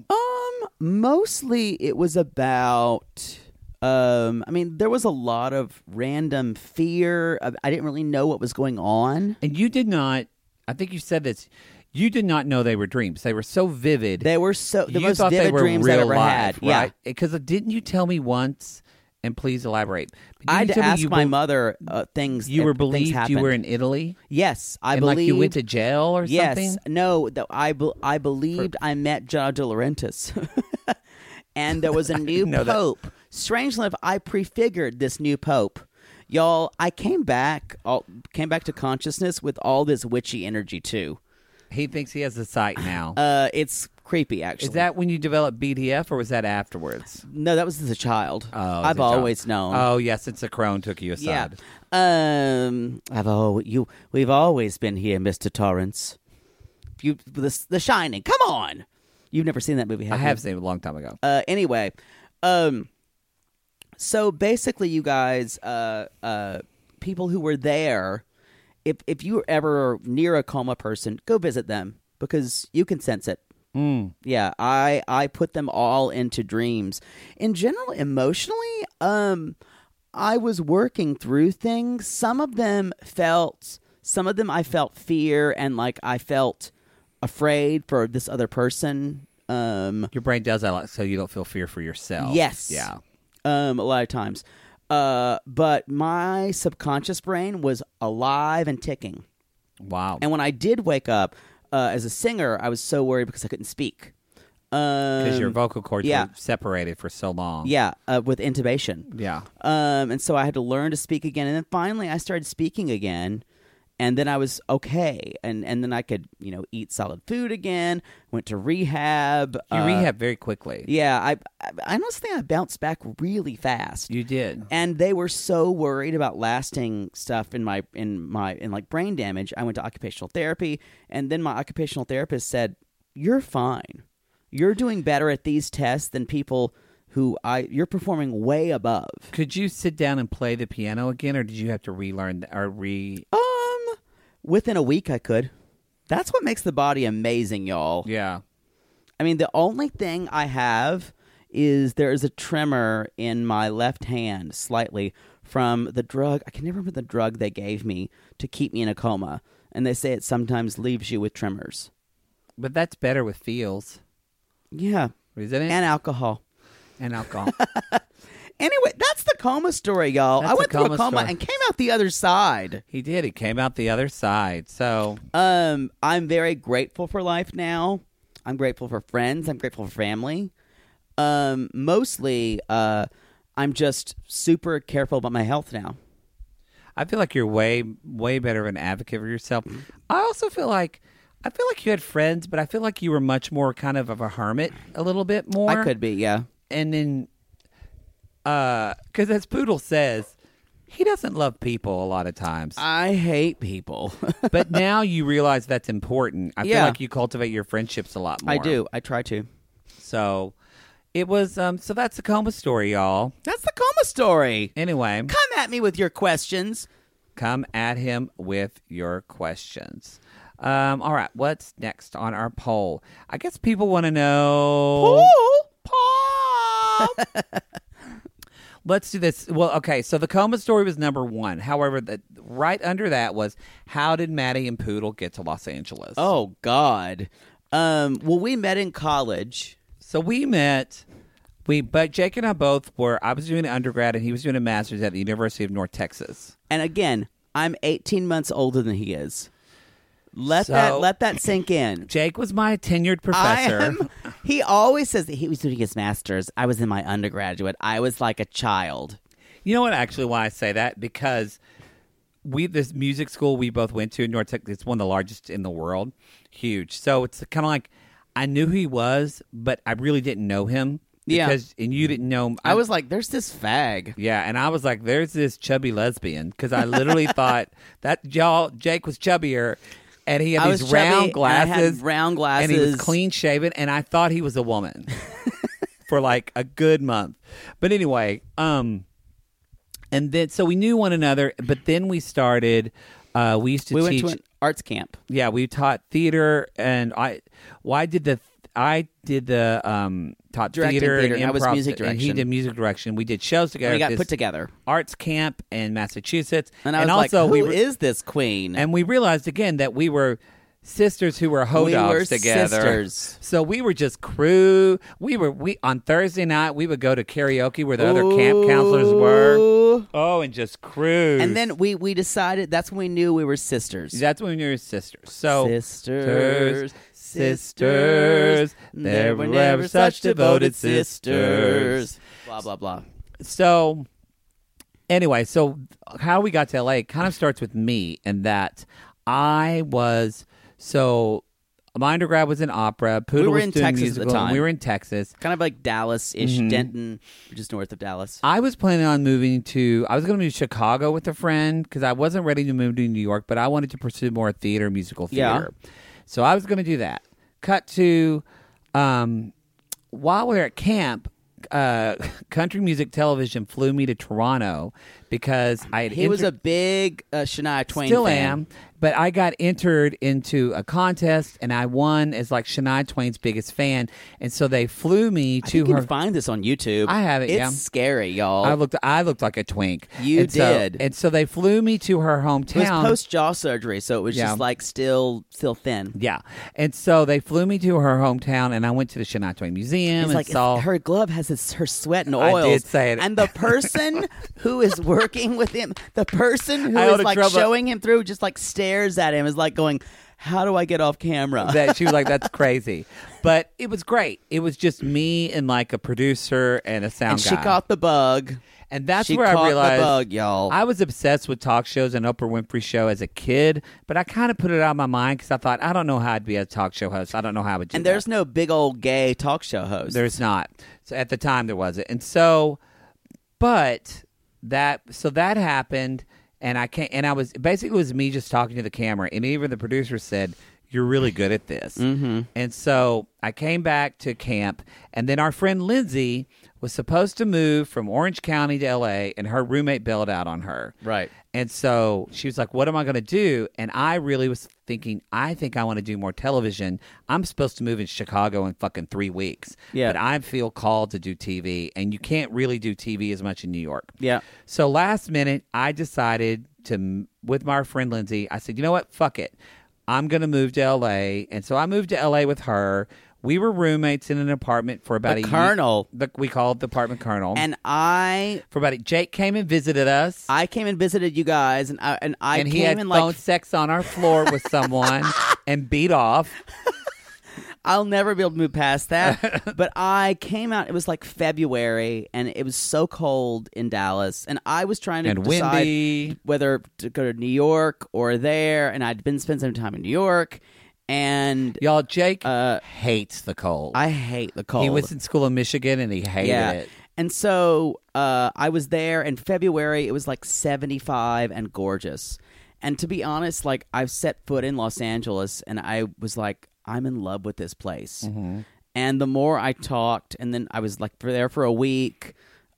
Speaker 2: mostly it was about um i mean there was a lot of random fear of, i didn't really know what was going on
Speaker 4: And you did not. I think you said this. You did not know they were dreams. They were so vivid.
Speaker 2: they were so the
Speaker 4: you
Speaker 2: most
Speaker 4: thought they
Speaker 2: vivid
Speaker 4: were
Speaker 2: dreams
Speaker 4: real
Speaker 2: i've ever
Speaker 4: life,
Speaker 2: had yeah
Speaker 4: right? Because didn't you tell me once? And please elaborate.
Speaker 2: i
Speaker 4: But you
Speaker 2: had to
Speaker 4: told me
Speaker 2: ask
Speaker 4: you
Speaker 2: my
Speaker 4: bel-
Speaker 2: mother uh, things
Speaker 4: You were
Speaker 2: if things
Speaker 4: believed you were
Speaker 2: happened.
Speaker 4: in Italy.
Speaker 2: yes i
Speaker 4: and
Speaker 2: believed
Speaker 4: like you went to jail or
Speaker 2: yes
Speaker 4: something.
Speaker 2: no the, i be, i believed i met john de laurentis and there was a new
Speaker 4: know that.
Speaker 2: pope strangely enough i prefigured this new pope y'all i came back all, came back to consciousness with all this witchy energy too
Speaker 4: He thinks he has a sight now.
Speaker 2: Uh, it's creepy, actually.
Speaker 4: Is that when you developed BDF or was that afterwards?
Speaker 2: no? That was as a child.
Speaker 4: Oh, as a
Speaker 2: I've
Speaker 4: child.
Speaker 2: always known.
Speaker 4: Oh, yes, since the crone took you
Speaker 2: yeah.
Speaker 4: aside.
Speaker 2: Um, I've oh you. We've always been here, Mister Torrance. You, the, the Shining. Come on, you've never seen that movie, have
Speaker 4: I
Speaker 2: you?
Speaker 4: have seen it a long time ago.
Speaker 2: Uh, anyway, um, so basically, you guys, uh, uh, people who were there, if if you were ever near a coma person, go visit them because you can sense it. Yeah, I I put them all into dreams. In general, emotionally, um, I was working through things. Some of them felt, some of them I felt fear and like I felt afraid for this other person. Um,
Speaker 4: Your brain does that a lot, so you don't feel fear for yourself.
Speaker 2: Yes.
Speaker 4: Oh, Yeah.
Speaker 2: Um, a lot of times. Uh, but my subconscious brain was alive and ticking.
Speaker 4: Wow.
Speaker 2: And when I did wake up uh, as a singer, I was so worried because I couldn't speak.
Speaker 4: Because
Speaker 2: Because
Speaker 4: your vocal cords
Speaker 2: um, yeah.
Speaker 4: were separated for so long.
Speaker 2: Yeah, uh, with intubation.
Speaker 4: Yeah.
Speaker 2: Um, and so I had to learn to speak again. And then finally I started speaking again. And then I was okay. And, and then I could, you know, eat solid food again, went to rehab.
Speaker 4: You
Speaker 2: uh,
Speaker 4: rehab very quickly.
Speaker 2: Yeah, I, I, I honestly, I bounced back really fast.
Speaker 4: You did.
Speaker 2: and they were so worried about lasting stuff in my in my in like brain damage i went to occupational therapy and then my occupational therapist said you're fine you're doing better at these tests than people who i you're performing way above
Speaker 4: Could you sit down and play the piano again, or did you have to relearn th- or re?
Speaker 2: um within a week i could that's what makes the body amazing y'all
Speaker 4: Yeah.
Speaker 2: I mean, the only thing I have is there is a tremor in my left hand slightly from the drug. I can never remember the drug they gave me to keep me in a coma. And they say it sometimes leaves you with tremors.
Speaker 4: But that's better with feels,
Speaker 2: Yeah.
Speaker 4: isn't it?
Speaker 2: And alcohol.
Speaker 4: and alcohol.
Speaker 2: Anyway, that's the coma story, y'all.
Speaker 4: That's
Speaker 2: I
Speaker 4: the
Speaker 2: went through
Speaker 4: coma
Speaker 2: a coma
Speaker 4: story.
Speaker 2: and came out the other side.
Speaker 4: he did. He came out the other side. So
Speaker 2: Um, I'm very grateful for life now. I'm grateful for friends. I'm grateful for family. Um, mostly, uh, I'm just super careful about my health now.
Speaker 4: I feel like you're way way better of an advocate for yourself.
Speaker 2: Mm-hmm.
Speaker 4: I also feel like I feel like you had friends, but I feel like you were much more kind of of a hermit a little bit more.
Speaker 2: I could be, yeah.
Speaker 4: and then uh cuz as Poodle says, he doesn't love people a lot of times.
Speaker 2: I hate people.
Speaker 4: but now you realize that's important. I feel
Speaker 2: Yeah.
Speaker 4: like you cultivate your friendships a lot more.
Speaker 2: I do. I try to.
Speaker 4: So it was um so that's the coma story, y'all.
Speaker 2: That's the coma story.
Speaker 4: Anyway,
Speaker 2: Come at me with your questions.
Speaker 4: come at him with your questions. Um, all right, what's next on our poll? I guess people want to know. Poll! Let's do this. Well, okay, so the coma story was number one. However, the, right under that was how did Maddie and Poodle get to Los Angeles?
Speaker 2: Oh God. Um. Well, we met in college.
Speaker 4: So we met. We, but Jake and I both were. I was doing an undergrad and he was doing a master's at the University of North Texas.
Speaker 2: And again, I'm 18 months older than he is. Let that
Speaker 4: So-
Speaker 2: let that sink in.
Speaker 4: Jake was my tenured
Speaker 2: I
Speaker 4: professor.
Speaker 2: am. He always says that he was doing his master's. I was in my undergraduate. I was like a child.
Speaker 4: You know what? Actually, why I say that because we this music school we both went to in North Texas. It's one of the largest in the world, huge. So it's kind of like I knew who he was, but I really didn't know him.
Speaker 2: Yeah.
Speaker 4: because and you didn't know. Him.
Speaker 2: I was like, "There's this fag."
Speaker 4: yeah, and I was like, "There's this chubby lesbian," because I literally thought that y'all Jake was chubbier. And he had
Speaker 2: I
Speaker 4: these
Speaker 2: was chubby,
Speaker 4: round
Speaker 2: and I had
Speaker 4: glasses,
Speaker 2: round
Speaker 4: and he was
Speaker 2: glasses.
Speaker 4: clean shaven, and I thought he was a woman. for like a good month. But anyway, um, and then so we knew one another, but then we started. Uh, we used to
Speaker 2: we went
Speaker 4: teach.
Speaker 2: to an arts camp.
Speaker 4: yeah, we taught theater, and I. Well, I did the. I did the um taught
Speaker 2: Directing
Speaker 4: theater,
Speaker 2: theater,
Speaker 4: and
Speaker 2: and I was
Speaker 4: improv,
Speaker 2: music
Speaker 4: and he
Speaker 2: direction.
Speaker 4: did music direction. We did shows together.
Speaker 2: we
Speaker 4: at
Speaker 2: got
Speaker 4: this
Speaker 2: put together,
Speaker 4: arts camp in Massachusetts,
Speaker 2: and I was
Speaker 4: also
Speaker 2: like,
Speaker 4: we
Speaker 2: "Who
Speaker 4: were-
Speaker 2: is this queen?"
Speaker 4: and we realized again that we were sisters who were ho
Speaker 2: We
Speaker 4: dogs
Speaker 2: were
Speaker 4: together.
Speaker 2: sisters.
Speaker 4: So we were just crew. We were we on Thursday night we would go to karaoke where the other camp counselors were.
Speaker 2: Ooh.
Speaker 4: Oh, and just crew.
Speaker 2: And then we we decided that's when we knew we were sisters.
Speaker 4: that's when we were sisters. So
Speaker 2: Sisters,
Speaker 4: sisters, there were never such devoted sisters.
Speaker 2: Blah blah blah.
Speaker 4: so anyway, so how we got to LA kind of starts with me in that I was so my undergrad was in opera. Poodle
Speaker 2: were
Speaker 4: was
Speaker 2: in
Speaker 4: doing
Speaker 2: Texas at the
Speaker 4: musical, and
Speaker 2: time.
Speaker 4: We were in Texas.
Speaker 2: Kind of like Dallas ish, Denton, just north of Dallas.
Speaker 4: Mm-hmm. I was planning on moving to. I was going to move to Chicago with a friend because I wasn't ready to move to New York, but I wanted to pursue more theater, musical
Speaker 2: Yeah.
Speaker 4: theater. So I was going to do that. Cut to, um, while we were at camp, uh, country music television flew me to Toronto because I had
Speaker 2: He was a big uh, Shania Twain.
Speaker 4: still
Speaker 2: fan.
Speaker 4: am, but I got entered into a contest and I won as like Shania Twain's biggest fan, and so they flew me
Speaker 2: I
Speaker 4: to
Speaker 2: think you
Speaker 4: her.
Speaker 2: can find this on YouTube.
Speaker 4: I have it,
Speaker 2: It's
Speaker 4: yeah.
Speaker 2: scary, y'all.
Speaker 4: I looked. I looked like a twink.
Speaker 2: Oh. You
Speaker 4: and so-
Speaker 2: did.
Speaker 4: and so they flew me to her
Speaker 2: it was
Speaker 4: hometown.
Speaker 2: post jaw surgery, so it was
Speaker 4: Yeah.
Speaker 2: just like still still thin.
Speaker 4: yeah, and so they flew me to her hometown, and I went to the Shania Twain Museum
Speaker 2: It's
Speaker 4: and
Speaker 2: like
Speaker 4: saw.
Speaker 2: it's- her glove has his, her sweat and
Speaker 4: I
Speaker 2: oils.
Speaker 4: did say it.
Speaker 2: And the person who is working with him, the person who
Speaker 4: I
Speaker 2: is
Speaker 4: oughta
Speaker 2: like
Speaker 4: trouble-
Speaker 2: showing him through, just like stares at him, is like going, "How do I get off camera?"
Speaker 4: that she was like, "That's crazy," but it was great. It was just me and like a producer and a sound
Speaker 2: and she
Speaker 4: guy.
Speaker 2: caught the bug.
Speaker 4: and that's
Speaker 2: she
Speaker 4: where
Speaker 2: caught
Speaker 4: I
Speaker 2: the
Speaker 4: realized
Speaker 2: bug, y'all.
Speaker 4: I was obsessed with talk shows and Oprah Winfrey show as a kid, but I kind of put it out of my mind because I thought I don't know how I'd be a talk show host. I don't know how I would do.
Speaker 2: and
Speaker 4: that."
Speaker 2: there's no big old gay talk show host.
Speaker 4: There's not. So at the time there wasn't. And so but that so that happened and I can't and I was basically it was me just talking to the camera and even the producer said you're really good at this. Mm-hmm. And so I came back to camp and then our friend Lindsay was supposed to move from Orange County to LA and her roommate bailed out on her.
Speaker 5: Right.
Speaker 4: And so she was like, What am I going to do? And I really was thinking, I think I want to do more television. I'm supposed to move in Chicago in fucking three weeks.
Speaker 2: Yeah.
Speaker 4: But I feel called to do TV, and you can't really do TV as much in New York.
Speaker 2: Yeah.
Speaker 4: So last minute, I decided to, with my friend Lindsay, I said, You know what? Fuck it. I'm going to move to LA. And so I moved to LA with her. We were roommates in an apartment for about
Speaker 2: The
Speaker 4: a year-
Speaker 2: Colonel.
Speaker 4: The, we called the apartment Colonel.
Speaker 2: and I
Speaker 4: for about a, Jake came and visited us.
Speaker 2: I came and visited you guys, and I and I
Speaker 4: and
Speaker 2: came
Speaker 4: he had
Speaker 2: and
Speaker 4: phone
Speaker 2: like
Speaker 4: sex on our floor with someone and beat off.
Speaker 2: I'll never be able to move past that. but I came out. It was like February, and it was so cold in Dallas, and I was trying to
Speaker 4: And
Speaker 2: decide
Speaker 4: windy.
Speaker 2: whether to go to New York or there. And I'd been spending some time in New York, and
Speaker 4: Y'all, Jake hates the cold.
Speaker 2: Uh, I hate the cold.
Speaker 4: He was in school in Michigan and he hated
Speaker 2: yeah.
Speaker 4: it.
Speaker 2: And so uh, I was there in February. It was like 75 and gorgeous. And to be honest, like I've set foot in Los Angeles and I was like, I'm in love with this place.
Speaker 4: Mm-hmm.
Speaker 2: And the more I talked, and then I was like for there for a week,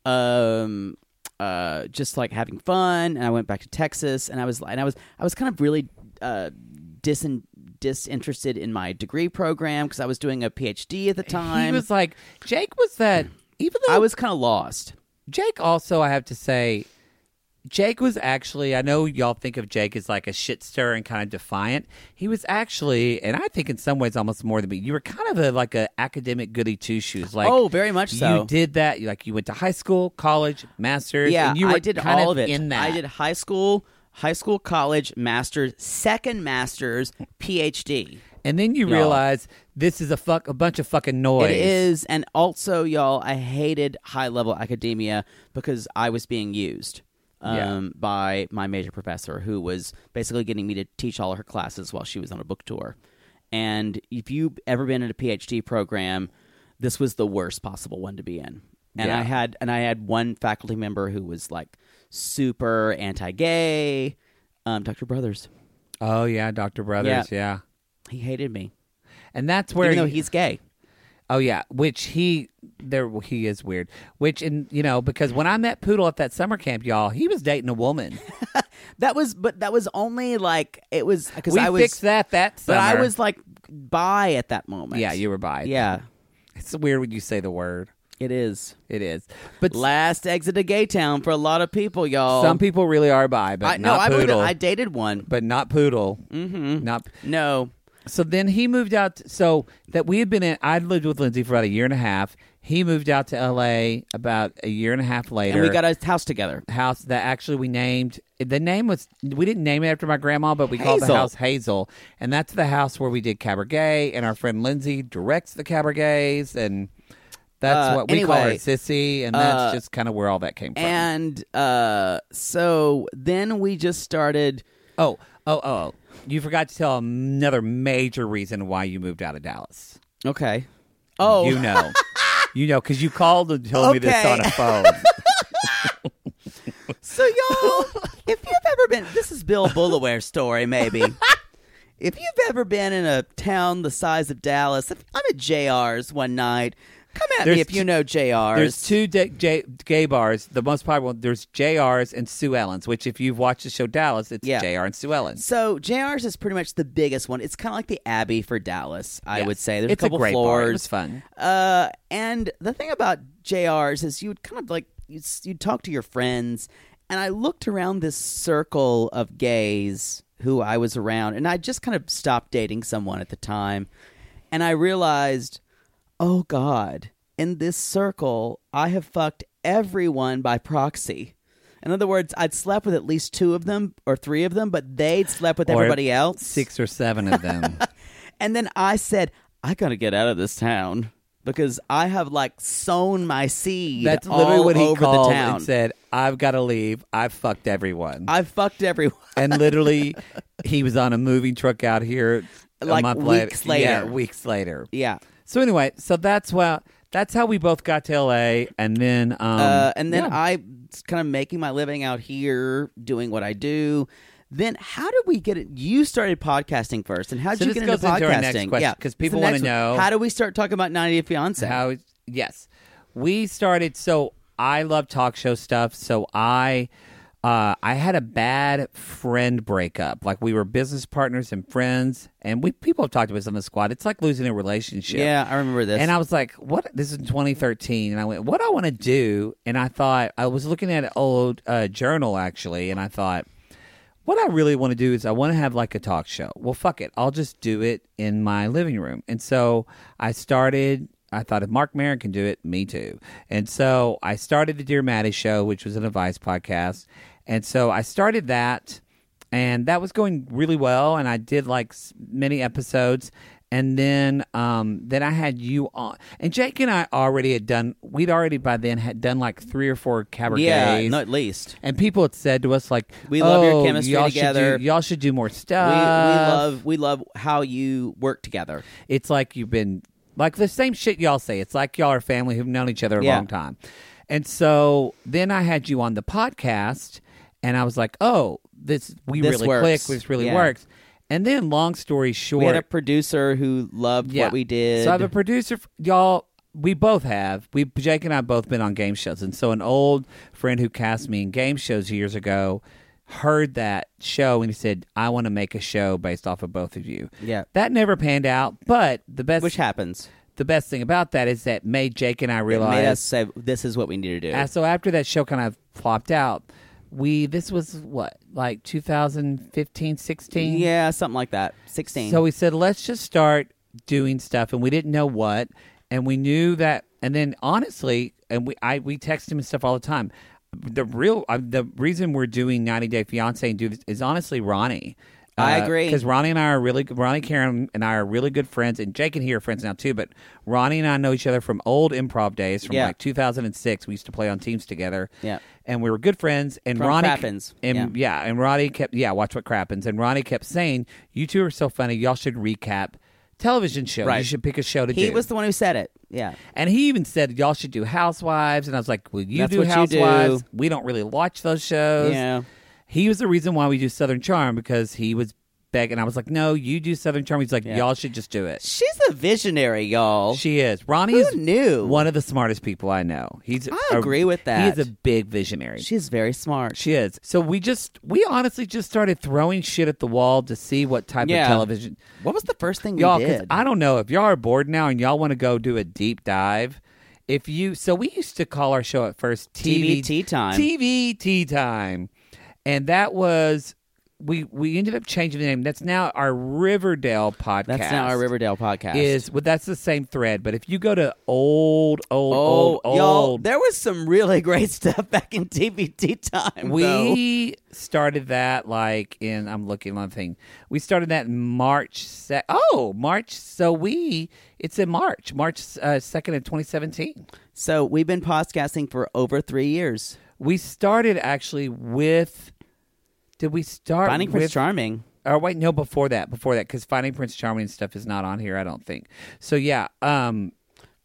Speaker 2: um, uh, just like having fun. And I went back to Texas and I was and I was I was kind of really uh, disin- disinterested in my degree program because I was doing a PhD at the time.
Speaker 4: He was like, Jake was that, even though
Speaker 2: Um, I was kind of lost.
Speaker 4: Jake also, I have to say, Jake was actually, I know y'all think of Jake as like a shit stir and kind of defiant. He was actually, and I think in some ways almost more than me, you were kind of a, like a academic goody two shoes. Like,
Speaker 2: Oh, very much so.
Speaker 4: You did that. You, like, you went to high school, college, master's.
Speaker 2: Yeah,
Speaker 4: and you were
Speaker 2: I did
Speaker 4: kind
Speaker 2: all of it.
Speaker 4: in that.
Speaker 2: I did high school, high school, college, masters, second masters, PhD.
Speaker 4: And then you
Speaker 2: Y'all.
Speaker 4: realize this is a fuck a bunch of fucking noise.
Speaker 2: It is, and also, y'all, I hated high level academia because I was being used um,
Speaker 4: Yeah.
Speaker 2: by my major professor, who was basically getting me to teach all her classes while she was on a book tour. And if you've ever been in a PhD program, this was the worst possible one to be in. And I
Speaker 4: Yeah.
Speaker 2: had and I had one faculty member who was like super anti-gay, um, Dr. Brothers.
Speaker 4: Oh yeah, Dr. Brothers, yeah.
Speaker 2: He hated me,
Speaker 4: And that's where
Speaker 2: even though
Speaker 4: you-
Speaker 2: he's gay.
Speaker 4: Oh yeah, which he there he is weird. Which and you know because when I met Poodle at that summer camp, y'all, he was dating a woman.
Speaker 2: That was, but that was only like it was because
Speaker 4: We
Speaker 2: I was.
Speaker 4: fixed that that
Speaker 2: But
Speaker 4: summer.
Speaker 2: I was like by at that moment.
Speaker 4: yeah, you were by.
Speaker 2: Yeah,
Speaker 4: it's weird when you say the word.
Speaker 2: it is.
Speaker 4: It is, but
Speaker 2: Last exit to gay town for a lot of people, y'all.
Speaker 4: some people really are bi, but
Speaker 2: I, no,
Speaker 4: not
Speaker 2: I believe it.
Speaker 4: Poodle.
Speaker 2: I dated one.
Speaker 4: but not Poodle. Mm-hmm. Not
Speaker 2: No,
Speaker 4: So then he moved out. So that we had been in, I'd lived with Lindsay for about a year and a half. He moved out to L.A. about a year and a half later.
Speaker 2: and we got a house together.
Speaker 4: house that actually we named. The name was we didn't name it after my grandma, but we called the
Speaker 2: Hazel.
Speaker 4: house Hazel, and that's the house where we did cabaret. And our friend Lindsay directs the cabarets, and that's
Speaker 2: Uh,
Speaker 4: what we call her
Speaker 2: anyway, uh,
Speaker 4: Sissy, and that's just kind of where all that came from.
Speaker 2: And uh, so then we just started.
Speaker 4: oh, oh, oh, oh, you forgot to tell another major reason why you moved out of Dallas.
Speaker 2: Okay. Oh,
Speaker 4: You know. you know, because you called and told me this
Speaker 2: Okay.
Speaker 4: on a phone.
Speaker 2: So y'all, if you've ever been, this is Bill Bullaware's story, maybe. if you've ever been in a town the size of Dallas, if I'm at JR's one night. Come at
Speaker 4: There's
Speaker 2: me if you know JR's.
Speaker 4: there's two da- j- gay bars. The most popular one, there's JR's and Sue Ellen's, which if you've watched the show Dallas, it's
Speaker 2: Yeah.
Speaker 4: JR and Sue Ellen's.
Speaker 2: So JR's is pretty much the biggest one. It's kind of like the Abbey for Dallas, I
Speaker 4: Yes.
Speaker 2: would say. There's
Speaker 4: It's
Speaker 2: a
Speaker 4: a
Speaker 2: couple
Speaker 4: great
Speaker 2: floors.
Speaker 4: bar. It was fun.
Speaker 2: Uh, and the thing about JR's is you would kind of like you'd, s- you'd talk to your friends, and I looked around this circle of gays who I was around, and I just kind of stopped dating someone at the time, and I realized, oh God, in this circle, I have fucked everyone by proxy. In other words, I'd slept with at least two of them or three of them, but they'd slept with
Speaker 4: Or
Speaker 2: everybody else.
Speaker 4: Six or seven of them.
Speaker 2: And then I said, I gotta get out of this town because I have like sown my seed.
Speaker 4: That's literally
Speaker 2: all
Speaker 4: what he
Speaker 2: over
Speaker 4: called
Speaker 2: the town.
Speaker 4: and said, I've got to leave. I've fucked everyone.
Speaker 2: I fucked everyone.
Speaker 4: and literally, he was on a moving truck out here a
Speaker 2: Like
Speaker 4: month
Speaker 2: weeks
Speaker 4: Yeah,
Speaker 2: later.
Speaker 4: weeks later.
Speaker 2: yeah.
Speaker 4: So anyway, so that's why that's how we both got to LA, and then um,
Speaker 2: Uh, and then
Speaker 4: yeah.
Speaker 2: I kind of making my living out here, doing what I do. Then how did we get it? You started podcasting first, and how did
Speaker 4: So
Speaker 2: you
Speaker 4: this
Speaker 2: get
Speaker 4: goes
Speaker 2: into podcasting?
Speaker 4: into our next question,
Speaker 2: yeah,
Speaker 4: 'cause
Speaker 2: it's the
Speaker 4: people wanna
Speaker 2: next one.
Speaker 4: know-
Speaker 2: how do we start talking about 90 Day Fiance?
Speaker 4: how yes, we started. So I love talk show stuff. So I uh, I had a bad friend breakup. Like we were business partners and friends, and we people have talked about this on the squad. It's like losing a relationship.
Speaker 2: yeah, I remember this.
Speaker 4: And I was like, "What? This is 2013." And I went, "What do I want to do?" And I thought I was looking at an old uh, journal actually, and I thought, "What I really want to do is I want to have like a talk show." Well, fuck it, I'll just do it in my living room. And so I started. I thought if Mark Maron can do it, me too. And so I started the Dear Maddie show, which was an advice podcast. And so I started that and that was going really well and i did like s- many episodes and then um then i had you on and jake and i already had done we'd already by then had done like three or four cabarets
Speaker 2: yeah, no, at least
Speaker 4: and people had said to us like
Speaker 2: We love your
Speaker 4: "Oh,
Speaker 2: chemistry
Speaker 4: y'all
Speaker 2: together."
Speaker 4: should do, y'all should do more
Speaker 2: we, we
Speaker 4: stuff
Speaker 2: love we love how you work together.
Speaker 4: it's like you've been like the same shit y'all say. It's like y'all are family who've known each other a
Speaker 2: Yeah.
Speaker 4: long time. And so then I had you on the podcast, and I was like, "Oh, this we
Speaker 2: This
Speaker 4: really
Speaker 2: works.
Speaker 4: click. This really
Speaker 2: Yeah.
Speaker 4: works." And then, long story short,
Speaker 2: We had a producer who loved what we did.
Speaker 4: so I have a producer, f- y'all. We both have. We Jake and I have both been on game shows, and so an old friend who cast me in game shows years ago heard that show and he said, "I want to make a show based off of both of you."
Speaker 2: Yeah.
Speaker 4: that never panned out, but the best
Speaker 2: which happens.
Speaker 4: the best thing about that is that made Jake and I
Speaker 2: It made us
Speaker 4: realize.
Speaker 2: say this is what we need to do.
Speaker 4: uh, so after that show kind of flopped out, we this was what like 2015, 16.
Speaker 2: yeah, something like that. Sixteen.
Speaker 4: So we said, let's just start doing stuff, and we didn't know what, and we knew that. And then honestly, and we I we text him and stuff all the time. The real uh, the reason we're doing 90 Day Fiance and do this is honestly Ronnie.
Speaker 2: I agree.
Speaker 4: because Ronnie and I are really Ronnie Karen and I are really good friends, and Jake and he are friends now too. But Ronnie and I know each other from old improv days, from
Speaker 2: Yeah.
Speaker 4: like 2006. We used to play on teams together.
Speaker 2: Yeah.
Speaker 4: and we were good friends. And
Speaker 2: From
Speaker 4: Ronnie
Speaker 2: Crappens.
Speaker 4: and yeah. and Ronnie kept yeah, watch what crappens. And Ronnie kept saying, "You two are so funny. Y'all should recap television shows. You
Speaker 2: Right.
Speaker 4: should pick a show to
Speaker 2: he
Speaker 4: do."
Speaker 2: was the one who said it. Yeah.
Speaker 4: and he even said, "Y'all should do Housewives." And I was like, "Well, you
Speaker 2: That's
Speaker 4: do
Speaker 2: what you do.
Speaker 4: Housewives. We don't really watch those shows."
Speaker 2: Yeah.
Speaker 4: He was the reason why we do Southern Charm because he was beg, and I was like, "No, you do Southern charm." He's like,
Speaker 2: Yeah.
Speaker 4: "Y'all should just do it."
Speaker 2: She's a visionary, y'all.
Speaker 4: She is. Ronnie
Speaker 2: Who
Speaker 4: is
Speaker 2: knew?
Speaker 4: one of the smartest people I know. He's.
Speaker 2: I
Speaker 4: a-
Speaker 2: agree with that.
Speaker 4: He is a big visionary.
Speaker 2: She's very smart.
Speaker 4: She is. So we just we honestly just started throwing shit at the wall to see what type
Speaker 2: Yeah.
Speaker 4: of television
Speaker 2: what was the first thing
Speaker 4: y'all.
Speaker 2: we
Speaker 4: Because
Speaker 2: did?
Speaker 4: I don't know if y'all are bored now and y'all want to go do a deep dive. If you so we used to call our show at first TV
Speaker 2: TVT time.
Speaker 4: TV tea time, and that was we we ended up changing the name. That's now our Riverdale podcast.
Speaker 2: That's now our Riverdale podcast.
Speaker 4: Is well, that's the same thread. But if you go to old old
Speaker 2: oh,
Speaker 4: old old
Speaker 2: y'all, there was some really great stuff back in TBT time. though.
Speaker 4: We started that like in I'm looking one thing. We started that in March. Se- oh, March. So we it's in March, March uh, second of 2017.
Speaker 2: so we've been podcasting for over three years.
Speaker 4: We started actually with. Did we start
Speaker 2: Finding
Speaker 4: with,
Speaker 2: Prince Charming.
Speaker 4: Or wait, no, before that, before that, because Finding Prince Charming and stuff is not on here. I don't think. So yeah. Um.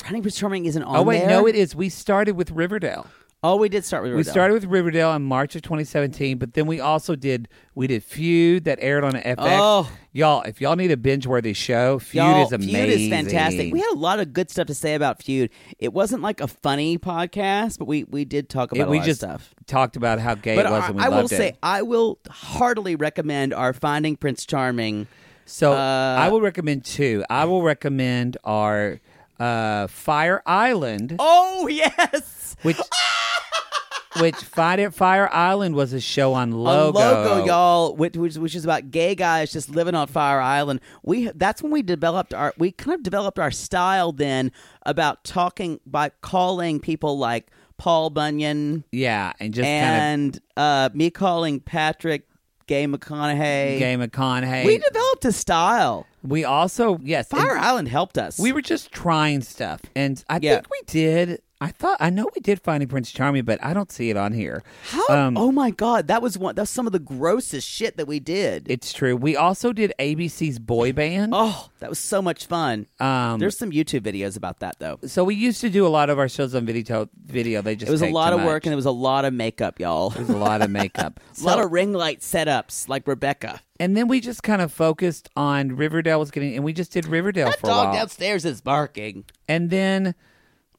Speaker 2: Finding Prince Charming isn't on
Speaker 4: oh wait,
Speaker 2: there?
Speaker 4: no, it is. We started with Riverdale.
Speaker 2: Oh, we did start with
Speaker 4: We
Speaker 2: Riverdale.
Speaker 4: started with Riverdale in March of 2017, but then we also did we did Feud that aired on FX.
Speaker 2: Oh.
Speaker 4: Y'all, if y'all need a binge-worthy show, Feud
Speaker 2: Y'all,
Speaker 4: is amazing.
Speaker 2: Feud is fantastic. We had a lot of good stuff to say about Feud. It wasn't like a funny podcast, but we we did talk
Speaker 4: It-
Speaker 2: about a
Speaker 4: we
Speaker 2: lot
Speaker 4: just
Speaker 2: of stuff.
Speaker 4: talked about how gay
Speaker 2: But
Speaker 4: it was,
Speaker 2: I,
Speaker 4: and we
Speaker 2: I will
Speaker 4: loved it.
Speaker 2: say, I will heartily recommend our Finding Prince Charming.
Speaker 4: so
Speaker 2: uh,
Speaker 4: I will recommend two. I will recommend our uh, Fire Island,
Speaker 2: Oh yes,
Speaker 4: which which Fire Fire Island was a show on
Speaker 2: A
Speaker 4: Logo.
Speaker 2: logo, y'all, which, which which is about gay guys just living on Fire Island. We that's when we developed our we kind of developed our style then about talking by calling people like Paul Bunyan
Speaker 4: Yeah, and just kind
Speaker 2: and uh, me calling Patrick Gay McConaughey.
Speaker 4: of Gay McConaughey.
Speaker 2: We developed a style.
Speaker 4: we also yes, and-
Speaker 2: Fire Island helped us.
Speaker 4: We were just trying stuff, and I
Speaker 2: Yeah.
Speaker 4: think we did. I thought I know we did Finding Prince Charming, but I don't see it on here.
Speaker 2: How?
Speaker 4: Um,
Speaker 2: oh my God, that was one. That's some of the grossest shit that we did.
Speaker 4: It's true. We also did ABC's Boy Band.
Speaker 2: oh, that was so much fun.
Speaker 4: Um,
Speaker 2: There's some YouTube videos about that though.
Speaker 4: so we used to do a lot of our shows on video. Video. They just
Speaker 2: It was a
Speaker 4: take
Speaker 2: lot
Speaker 4: too
Speaker 2: of work
Speaker 4: much.
Speaker 2: and it was a lot of makeup, y'all.
Speaker 4: It was a lot of makeup.
Speaker 2: a lot
Speaker 4: So-
Speaker 2: of ring light setups, like Rebecca.
Speaker 4: and then we just kind of focused on Riverdale was getting, and we just did Riverdale
Speaker 2: That
Speaker 4: for a while.
Speaker 2: dog downstairs is barking.
Speaker 4: and then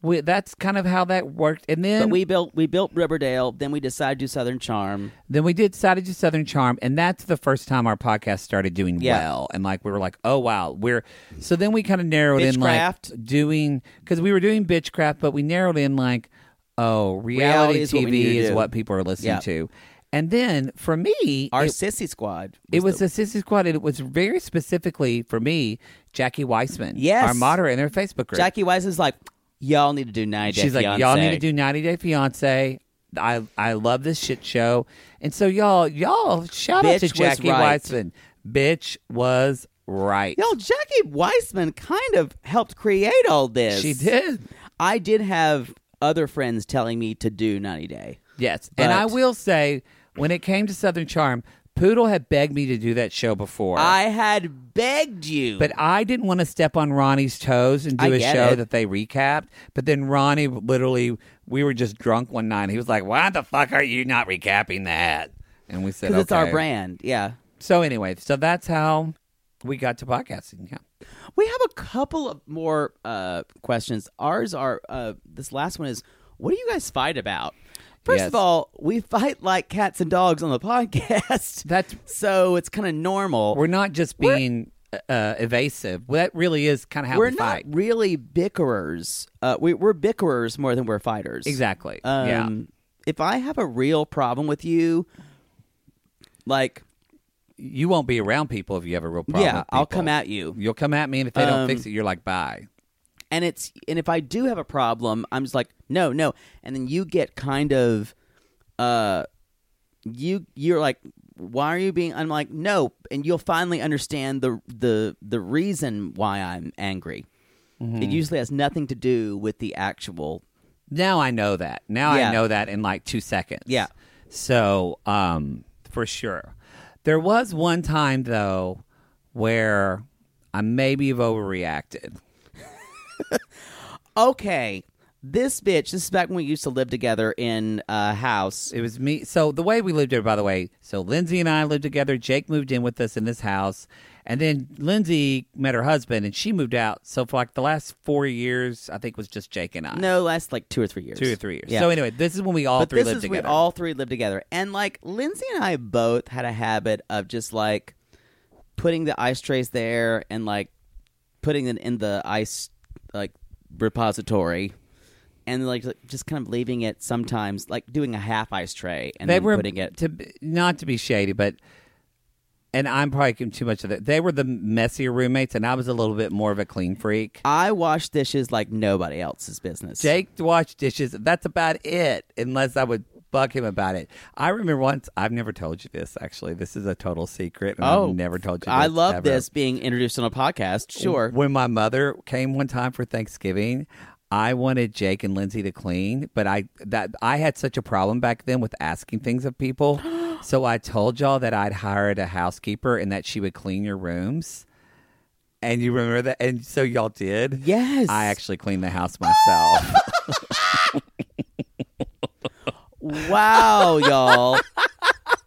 Speaker 4: we, that's kind of how that worked. And then
Speaker 2: But we built we built Riverdale, then we decided to do Southern Charm.
Speaker 4: Then we did Saturday Southern Charm, and that's the first time our podcast started doing
Speaker 2: Yeah.
Speaker 4: well. And like we were like, oh wow, we're so then we kind of narrowed in like
Speaker 2: Bitchcraft.
Speaker 4: doing because we were doing bitchcraft, but we narrowed in like, oh, reality,
Speaker 2: Reality is what we need
Speaker 4: TV
Speaker 2: to
Speaker 4: is
Speaker 2: do.
Speaker 4: what people are listening
Speaker 2: Yeah.
Speaker 4: to. And then for me,
Speaker 2: Our
Speaker 4: it,
Speaker 2: sissy squad.
Speaker 4: it was the Sissy Squad, and it was very specifically for me, Jackie Weissman,
Speaker 2: Yes.
Speaker 4: our moderator in our Facebook group.
Speaker 2: Jackie Wise is like, y'all need to do 90 Day
Speaker 4: She's like,
Speaker 2: Fiancé."
Speaker 4: y'all need to do 90 Day Fiance. I I love this shit show. And so y'all y'all shout out
Speaker 2: Bitch
Speaker 4: to
Speaker 2: was
Speaker 4: Jackie
Speaker 2: right.
Speaker 4: Weissman. Bitch was right.
Speaker 2: Y'all, Jackie Weissman kind of helped create all this.
Speaker 4: she did.
Speaker 2: I did have other friends telling me to do 90 Day.
Speaker 4: Yes. and I
Speaker 2: But-
Speaker 4: will say, when it came to Southern Charm, Poodle had begged me to do that show before.
Speaker 2: I had begged you.
Speaker 4: but I didn't want to step on Ronnie's toes and do
Speaker 2: I
Speaker 4: a
Speaker 2: get
Speaker 4: show
Speaker 2: it.
Speaker 4: that they recapped. But then Ronnie literally, we were just drunk one night. And he was like, "Why the fuck are you not recapping that?" And we said,
Speaker 2: because it's our
Speaker 4: "Okay."
Speaker 2: brand. Yeah.
Speaker 4: So anyway, so that's how we got to podcasting. Yeah.
Speaker 2: We have a couple of more uh, questions. Ours are uh, this last one is what do you guys fight about? First
Speaker 4: Yes.
Speaker 2: of all, we fight like cats and dogs on the podcast.
Speaker 4: That's-
Speaker 2: so it's kind of normal.
Speaker 4: We're not just
Speaker 2: We're-
Speaker 4: being uh, evasive. Well, that really is kind of how
Speaker 2: We're
Speaker 4: we
Speaker 2: not
Speaker 4: fight.
Speaker 2: really bickerers. Uh, we, we're bickerers more than we're fighters.
Speaker 4: exactly.
Speaker 2: Um,
Speaker 4: yeah.
Speaker 2: If I have a real problem with you, like
Speaker 4: You won't be around people if you have a real problem.
Speaker 2: yeah,
Speaker 4: with
Speaker 2: I'll
Speaker 4: people.
Speaker 2: come at you.
Speaker 4: You'll come at me, and if they don't
Speaker 2: Um,
Speaker 4: fix it, you're like, bye.
Speaker 2: and it's and if I do have a problem, I'm just like, no, no, and then you get kind of, uh, you you're like, why are you being? I'm like, no, and you'll finally understand the the the reason why I'm angry.
Speaker 4: Mm-hmm.
Speaker 2: It usually has nothing to do with the actual.
Speaker 4: Now I know that. Now
Speaker 2: Yeah.
Speaker 4: I know that in like two seconds.
Speaker 2: Yeah.
Speaker 4: So, um, for sure. There was one time though where I maybe have overreacted.
Speaker 2: Okay, This bitch, this is back when we used to live together in a house.
Speaker 4: It was me. So the way we lived there, by the way, so Lindsay and I lived together. Jake moved in with us in this house, and then Lindsay met her husband, and she moved out. So for like the last four years, I think was just Jake and I.
Speaker 2: No, last like two or three years.
Speaker 4: two or three years.
Speaker 2: Yeah.
Speaker 4: So anyway, this is when we all
Speaker 2: but
Speaker 4: three
Speaker 2: this
Speaker 4: lived
Speaker 2: is
Speaker 4: together.
Speaker 2: we all three lived together, and like Lindsay and I both had a habit of just like putting the ice trays there and like putting it in the ice like repository, and like just kind of leaving it sometimes, like doing a half ice tray and
Speaker 4: they
Speaker 2: then
Speaker 4: were
Speaker 2: putting it.
Speaker 4: to b- not to be shady, but and I'm probably getting too much of that. They were the messier roommates, and I was a little bit more of a clean freak.
Speaker 2: I wash dishes like nobody else's business.
Speaker 4: Jake washed dishes. That's about it, unless I would bug him about it. I remember once. I've never told you this. Actually, this is a total secret. And
Speaker 2: oh,
Speaker 4: I've never told you.
Speaker 2: I
Speaker 4: this,
Speaker 2: love
Speaker 4: ever.
Speaker 2: this being introduced on a podcast. Sure,
Speaker 4: When my mother came one time for Thanksgiving, I wanted Jake and Lindsay to clean, but I that I had such a problem back then with asking things of people. so I told y'all that I'd hired a housekeeper and that she would clean your rooms. And you remember that? And so y'all did?
Speaker 2: Yes.
Speaker 4: I actually cleaned the house myself.
Speaker 2: Wow, y'all.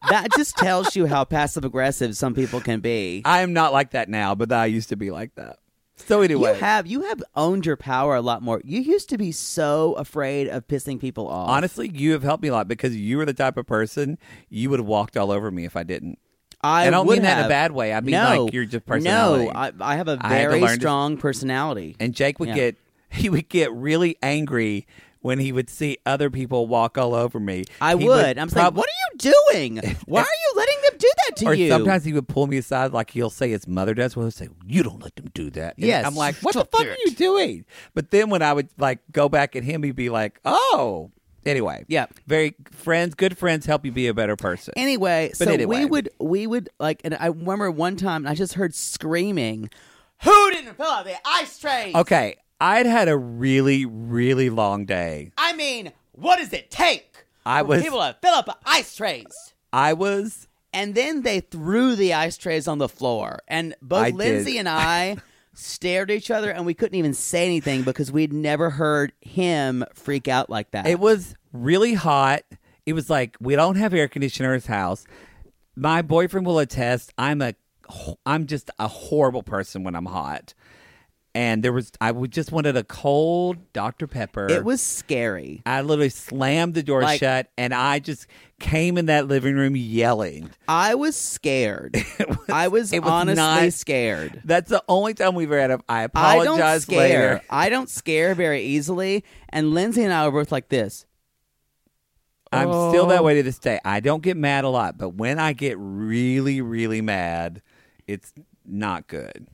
Speaker 2: That just tells you how passive aggressive some people can be.
Speaker 4: I am not like that now, but I used to be like that. So
Speaker 2: You
Speaker 4: anyway,
Speaker 2: have you have owned your power a lot more. You used to be so afraid of pissing people off.
Speaker 4: honestly, you have helped me a lot because you were the type of person you would have walked all over me if I didn't.
Speaker 2: I,
Speaker 4: I don't
Speaker 2: would
Speaker 4: mean that in a
Speaker 2: have.
Speaker 4: bad way. I mean,
Speaker 2: no,
Speaker 4: like, you're just
Speaker 2: No,
Speaker 4: personality.
Speaker 2: I, I have a
Speaker 4: I had to
Speaker 2: very
Speaker 4: learn to-
Speaker 2: strong personality.
Speaker 4: and Jake would
Speaker 2: Yeah.
Speaker 4: get he would get really angry when he would see other people walk all over me.
Speaker 2: I
Speaker 4: He
Speaker 2: would. I'm saying,
Speaker 4: prob-
Speaker 2: what are you doing? Why are you letting them do that to
Speaker 4: or
Speaker 2: you?
Speaker 4: sometimes he would pull me aside like he'll say his mother does. Well, he'll say, "You don't let them do that." And
Speaker 2: Yes,
Speaker 4: I'm like, "What the
Speaker 2: stop
Speaker 4: fuck
Speaker 2: it."
Speaker 4: are you doing?" But then when I would like go back at him, he'd be like, "Oh." Anyway,
Speaker 2: Yeah.
Speaker 4: very friends, good friends help you be a better person.
Speaker 2: Anyway,
Speaker 4: But
Speaker 2: so
Speaker 4: anyway.
Speaker 2: we would we would like, and I remember one time I just heard screaming, "Who didn't fill out the ice tray?"
Speaker 4: Okay, I'd had a really, really long day.
Speaker 2: I mean, what does it take?
Speaker 4: I
Speaker 2: for
Speaker 4: was-
Speaker 2: people to fill up ice trays.
Speaker 4: I was
Speaker 2: And then they threw the ice trays on the floor. And both
Speaker 4: I
Speaker 2: Lindsay
Speaker 4: did.
Speaker 2: and I stared at each other and we couldn't even say anything because we'd never heard him freak out like that.
Speaker 4: It was really hot. It was like we don't have air conditioner in his house. My boyfriend will attest. I'm a I'm just a horrible person when I'm hot. And there was I would just wanted a cold Dr Pepper.
Speaker 2: it was scary.
Speaker 4: I literally slammed the door
Speaker 2: Like-
Speaker 4: shut and I just came in that living room yelling.
Speaker 2: I was scared. I was,
Speaker 4: it was
Speaker 2: honestly
Speaker 4: not-
Speaker 2: scared.
Speaker 4: That's the only time we've ever had a I
Speaker 2: I don't
Speaker 4: apologize
Speaker 2: scare.
Speaker 4: later.
Speaker 2: I don't scare very easily. And Lindsay and I were both like this.
Speaker 4: I'm still
Speaker 2: Oh.
Speaker 4: that way to this day. I don't get mad a lot, but when I get really, really mad, it's not good.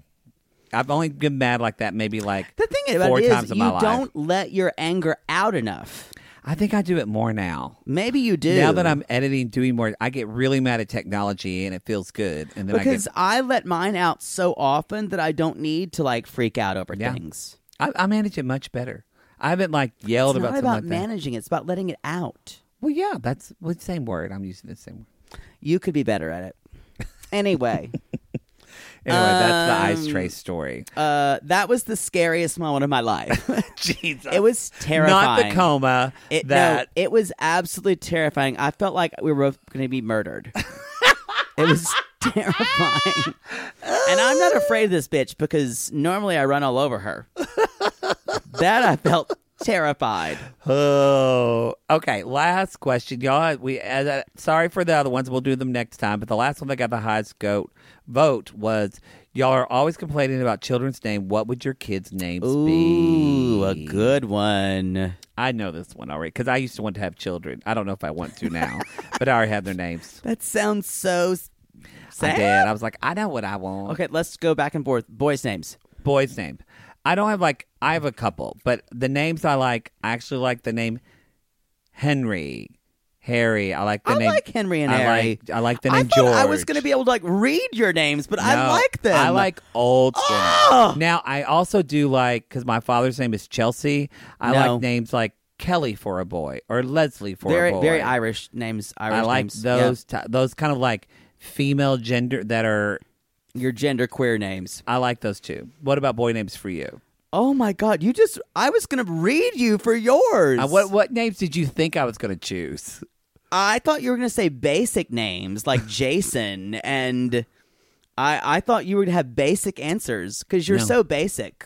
Speaker 4: I've only been mad like that maybe like
Speaker 2: The thing about
Speaker 4: four
Speaker 2: it
Speaker 4: times
Speaker 2: is,
Speaker 4: in
Speaker 2: you
Speaker 4: my life.
Speaker 2: don't let your anger out enough.
Speaker 4: I think I do it more now.
Speaker 2: Maybe you do.
Speaker 4: Now that I'm editing, doing more, I get really mad at technology and it feels good. And then
Speaker 2: because
Speaker 4: I get.
Speaker 2: I, let mine out so often that I don't need to like freak out over
Speaker 4: Yeah.
Speaker 2: things.
Speaker 4: I, I manage it much better. I haven't like
Speaker 2: It's
Speaker 4: yelled
Speaker 2: not
Speaker 4: about
Speaker 2: about
Speaker 4: something like that.
Speaker 2: managing; it's about letting it out.
Speaker 4: Well, yeah, that's well, same word. I'm using the same word.
Speaker 2: You could be better at it. Anyway,
Speaker 4: Anyway, that's the ice
Speaker 2: Um,
Speaker 4: tray story.
Speaker 2: uh, that was the scariest moment of my life.
Speaker 4: Jesus,
Speaker 2: it was terrifying.
Speaker 4: Not the coma.
Speaker 2: It, no,
Speaker 4: that
Speaker 2: it was absolutely terrifying. I felt like we were both going to be murdered. it was terrifying. and I'm not afraid of this bitch because normally I run all over her. that I felt terrified.
Speaker 4: Oh, okay. Last question, y'all. We as uh, sorry for the other ones. We'll do them next time. But the last one that got the highest goat vote was y'all are always complaining about children's name. What would your kids' names be?
Speaker 2: Ooh, a good one.
Speaker 4: I know this one already because I used to want to have children. I don't know if I want to now, but I already have their names.
Speaker 2: That sounds so s-
Speaker 4: I
Speaker 2: sad.
Speaker 4: did. I was like, I know what I want.
Speaker 2: Okay, let's go back and forth. Boys' names.
Speaker 4: boys' name. I don't have like I have a couple, but the names I like, I actually like the name Henry, Harry. I like the
Speaker 2: I
Speaker 4: name.
Speaker 2: like Henry and
Speaker 4: I
Speaker 2: Harry.
Speaker 4: Like, I like the
Speaker 2: I
Speaker 4: name
Speaker 2: thought
Speaker 4: George.
Speaker 2: I was going to be able to like read your names, but I
Speaker 4: No,
Speaker 2: like them.
Speaker 4: I like old school.
Speaker 2: Ah!
Speaker 4: Now I also do like because my father's name is Chelsea. I
Speaker 2: No.
Speaker 4: like names like Kelly for a boy or Leslie for
Speaker 2: very
Speaker 4: a boy.
Speaker 2: very Irish names. Irish
Speaker 4: I like
Speaker 2: names. Yeah.
Speaker 4: those ti- those kind of like female gender that are.
Speaker 2: your gender queer names.
Speaker 4: I like those too. What about boy names for you?
Speaker 2: Oh my God! You just—I was gonna read you for yours.
Speaker 4: Uh, what what names did you think I was going to choose?
Speaker 2: I thought you were going to say basic names like Jason, and I I thought you would have basic answers because you're
Speaker 4: No.
Speaker 2: so basic.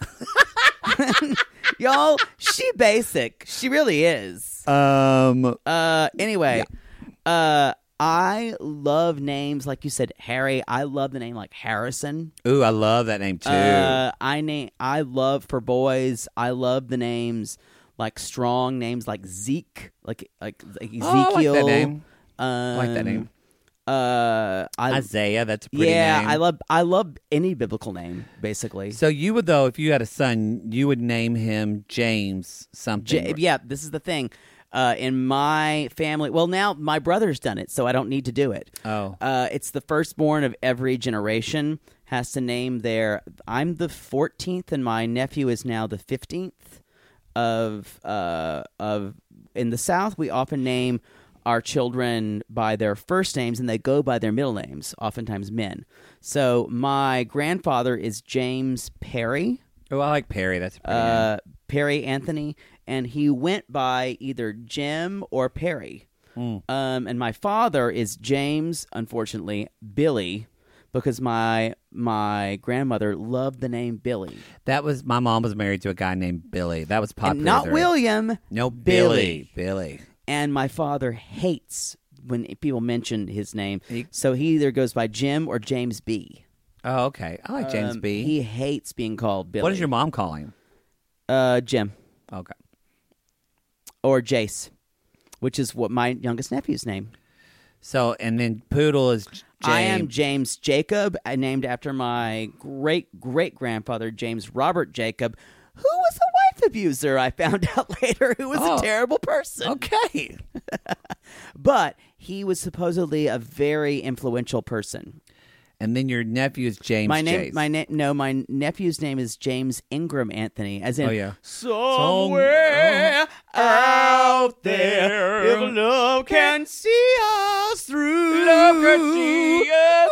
Speaker 2: Y'all, she basic. She really is.
Speaker 4: Um,
Speaker 2: Uh, anyway, uh, I love names like you said, Harry. I love the name like Harrison.
Speaker 4: ooh, I love that name too.
Speaker 2: Uh, I name I love for boys. I love the names like strong names like Zeke, like like, like Ezekiel.
Speaker 4: Oh, I like that name.
Speaker 2: Um,
Speaker 4: like that name.
Speaker 2: Uh, I
Speaker 4: Isaiah, that's a pretty
Speaker 2: yeah,
Speaker 4: name.
Speaker 2: I love I love any biblical name basically.
Speaker 4: So you would though, if you had a son, you would name him James something.
Speaker 2: J- yeah, this is the thing. Uh, in my family, well, now my brother's done it, so I don't need to do it.
Speaker 4: Oh.
Speaker 2: uh, it's the firstborn of every generation has to name their. I'm the 14th, and my nephew is now the 15th of uh, of. In the South, we often name our children by their first names, and they go by their middle names, oftentimes men. So my grandfather is James Perry
Speaker 4: Oh, I like Perry. That's a pretty name.
Speaker 2: uh, Perry Anthony, and he went by either Jim or Perry.
Speaker 4: Hmm.
Speaker 2: Um, and my father is James, unfortunately, Billy, because my my grandmother loved the name Billy,
Speaker 4: That was my mom was married to a guy named Billy. That was popular.
Speaker 2: and not
Speaker 4: there.
Speaker 2: William.
Speaker 4: No,
Speaker 2: Billy.
Speaker 4: Billy. Billy.
Speaker 2: And my father hates when people mention his name,
Speaker 4: He-
Speaker 2: so he either goes by Jim or James B.
Speaker 4: Oh, okay. I like James
Speaker 2: Um,
Speaker 4: B.
Speaker 2: He hates being called Billy.
Speaker 4: What does your mom call him?
Speaker 2: uh, Jim?
Speaker 4: Okay.
Speaker 2: or Jace, which is what my youngest nephew's name.
Speaker 4: So and then Poodle is James.
Speaker 2: I am James Jacob, uh, named after my great great grandfather, James Robert Jacob, who was a wife abuser, I found out later, who was
Speaker 4: Oh.
Speaker 2: a terrible person.
Speaker 4: Okay.
Speaker 2: But he was supposedly a very influential person.
Speaker 4: And then your nephew is James.
Speaker 2: my name,
Speaker 4: Jace.
Speaker 2: my name, no, my nephew's name is James Ingram Anthony, as in
Speaker 4: Oh yeah.
Speaker 2: somewhere out there. If love can see us through, love can see us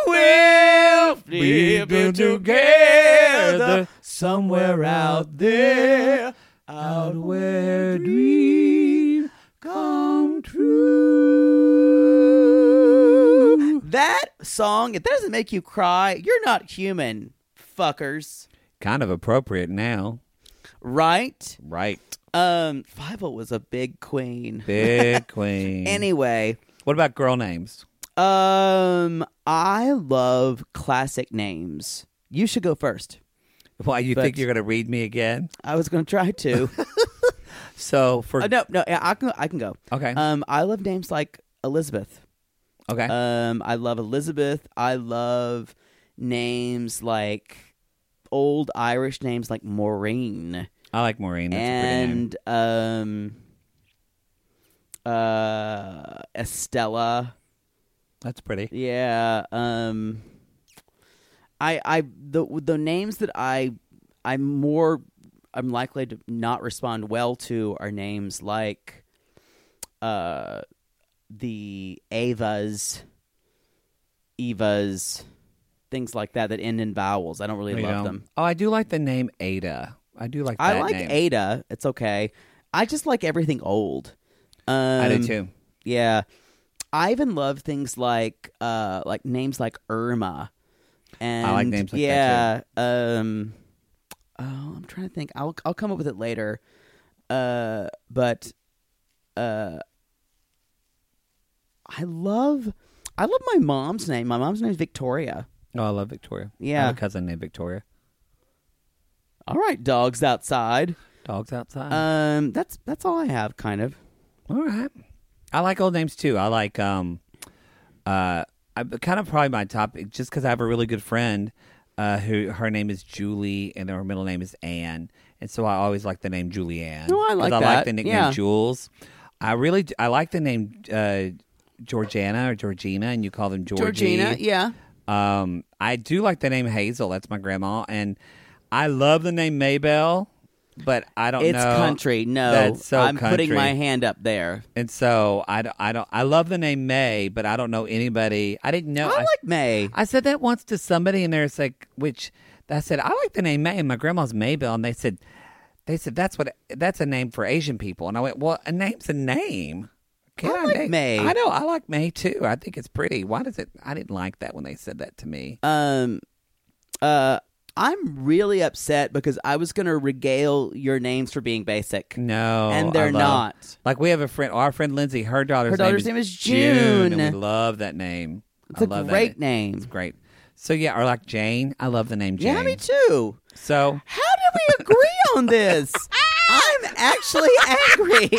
Speaker 2: we'll
Speaker 4: We've been together
Speaker 2: somewhere
Speaker 4: out there,
Speaker 2: out
Speaker 4: where dream come true.
Speaker 2: That song, if that doesn't make you cry, you're not human, fuckers.
Speaker 4: Kind of appropriate now,
Speaker 2: Right?
Speaker 4: right?
Speaker 2: Um, Fivel was a big queen.
Speaker 4: Big queen.
Speaker 2: Anyway,
Speaker 4: what about girl names?
Speaker 2: um, I love classic names. You should go first.
Speaker 4: Why you
Speaker 2: But-
Speaker 4: think you're going to read me again?
Speaker 2: I was going to try to.
Speaker 4: So for
Speaker 2: Uh, no, no, yeah, I can, I can go.
Speaker 4: Okay.
Speaker 2: Um, I love names like Elizabeth.
Speaker 4: okay,
Speaker 2: Um, I love Elizabeth. I love names like old Irish names like Maureen
Speaker 4: I like Maureen. That's a pretty name.
Speaker 2: and um, uh, Estella.
Speaker 4: That's pretty.
Speaker 2: Yeah. Um, I, I, the the names that I, I'm more, I'm likely to not respond well to are names like, uh, the Avas, Evas, things like that that end in vowels. I don't really
Speaker 4: You
Speaker 2: love
Speaker 4: know?
Speaker 2: them.
Speaker 4: Oh, I do like the name Ada. I do like.
Speaker 2: I
Speaker 4: that
Speaker 2: like
Speaker 4: name.
Speaker 2: Ada. It's okay. I just like everything old. Um,
Speaker 4: I do too.
Speaker 2: yeah. I even love things like uh like names like Irma. And
Speaker 4: I like names like that,
Speaker 2: yeah, um oh, I'm trying to think. I'll I'll come up with it later. Uh but uh I love I love my mom's name. My mom's name is Victoria.
Speaker 4: Oh, I love Victoria. I
Speaker 2: Yeah.
Speaker 4: have a cousin named Victoria.
Speaker 2: All right, dogs outside.
Speaker 4: Dogs outside.
Speaker 2: Um that's that's all I have kind of.
Speaker 4: All right. I like old names too. I like um uh I kind of probably my top just cuz I have a really good friend uh who her name is Julie and her middle name is Anne. And so I always like the name Julianne.
Speaker 2: No, Oh, I
Speaker 4: 'Cause
Speaker 2: like
Speaker 4: I like
Speaker 2: that.
Speaker 4: the nickname
Speaker 2: Yeah.
Speaker 4: Jules. I really d- I like the name uh Georgiana or Georgina and you call them Georgie.
Speaker 2: yeah.
Speaker 4: Um I do like the name Hazel. That's my grandma and I love the name Maybell, but I don't
Speaker 2: It's
Speaker 4: know.
Speaker 2: country. No.
Speaker 4: Oh, That's so
Speaker 2: I'm putting
Speaker 4: country.
Speaker 2: my hand up there.
Speaker 4: And so I, d- I don't I love the name May, but I don't know anybody. I didn't know.
Speaker 2: I like May.
Speaker 4: I said that once to somebody, and there's like, which I said I like the name May, and my grandma's Maybell, and they said They said that's what that's a name for Asian people, and I went, "Well, a name's a name." Can
Speaker 2: I like
Speaker 4: name-
Speaker 2: May.
Speaker 4: I know I like May too. I think it's pretty. Why does it? I didn't like that when they said that to me.
Speaker 2: Um, uh, I'm really upset because I was going to regale your names for being basic.
Speaker 4: No,
Speaker 2: And
Speaker 4: I
Speaker 2: they're
Speaker 4: love-
Speaker 2: not.
Speaker 4: Like we have a friend, our friend Lindsay. Her daughter's
Speaker 2: Her daughter's
Speaker 4: name,
Speaker 2: name
Speaker 4: is
Speaker 2: is June.
Speaker 4: and we love that name.
Speaker 2: It's
Speaker 4: I
Speaker 2: a
Speaker 4: love that
Speaker 2: great
Speaker 4: name.
Speaker 2: name.
Speaker 4: It's great. So yeah, or like Jane. I love the name Jane.
Speaker 2: Yeah, me too.
Speaker 4: So
Speaker 2: How did we agree on this? I'm actually angry.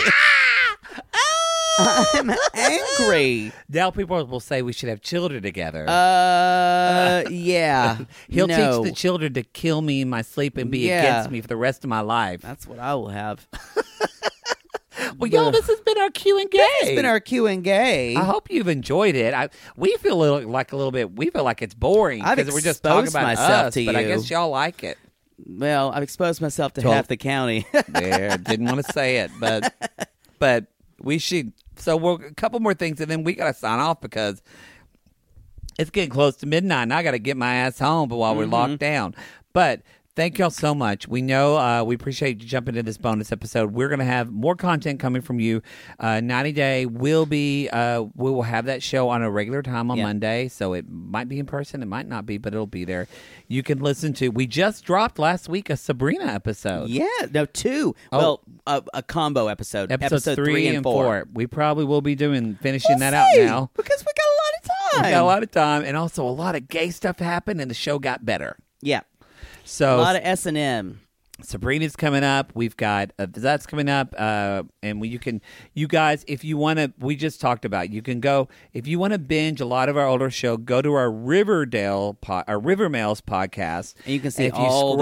Speaker 2: I'm angry.
Speaker 4: now people will say we should have children together.
Speaker 2: Uh, yeah.
Speaker 4: He'll
Speaker 2: No.
Speaker 4: teach the children to kill me in my sleep and be
Speaker 2: Yeah. Uh,
Speaker 4: against me for the rest of my life.
Speaker 2: That's what I will have.
Speaker 4: Well, y'all, this has been our Q and G.
Speaker 2: It's been our Q and Gay.
Speaker 4: I hope you've enjoyed it. I, we feel a little, like a little bit. We feel like it's boring
Speaker 2: I've
Speaker 4: we're just talking
Speaker 2: exposed
Speaker 4: about
Speaker 2: myself
Speaker 4: us,
Speaker 2: to
Speaker 4: but I
Speaker 2: you.
Speaker 4: guess y'all like it.
Speaker 2: Well, I've exposed myself to
Speaker 4: Told-
Speaker 2: half the county.
Speaker 4: there. Didn't want to say it, but but we should. So we're a couple more things, and then we gotta sign off because it's getting close to midnight, and I gotta get my ass home. But while we're locked down, but. Thank y'all so much. We know uh, we appreciate you jumping into this bonus episode. We're going to have more content coming from you. Uh, 90 Day will be, uh, we will have that show on a regular time on
Speaker 2: Yeah.
Speaker 4: Monday. So it might be in person, it might not be, but it'll be there. You can listen to, we just dropped last week a Sabrina episode.
Speaker 2: yeah, no, two.
Speaker 4: Oh.
Speaker 2: Well, a, a combo episode.
Speaker 4: Episodes
Speaker 2: episode three, and four.
Speaker 4: We probably will be doing finishing
Speaker 2: We'll
Speaker 4: that out
Speaker 2: see,
Speaker 4: now.
Speaker 2: because we got a lot of time.
Speaker 4: We got a lot of time, and also a lot of gay stuff happened, and the show got better.
Speaker 2: yeah, a
Speaker 4: So
Speaker 2: lot of S and M.
Speaker 4: Sabrina's coming up. We've got uh, that's coming up, uh, and we, you can, you guys, if you want to, we just talked about. You can go if you want to binge a lot of our older show. Go to our Riverdale, po- our Rivermails podcast,
Speaker 2: And you can see
Speaker 4: if
Speaker 2: all
Speaker 4: you
Speaker 2: the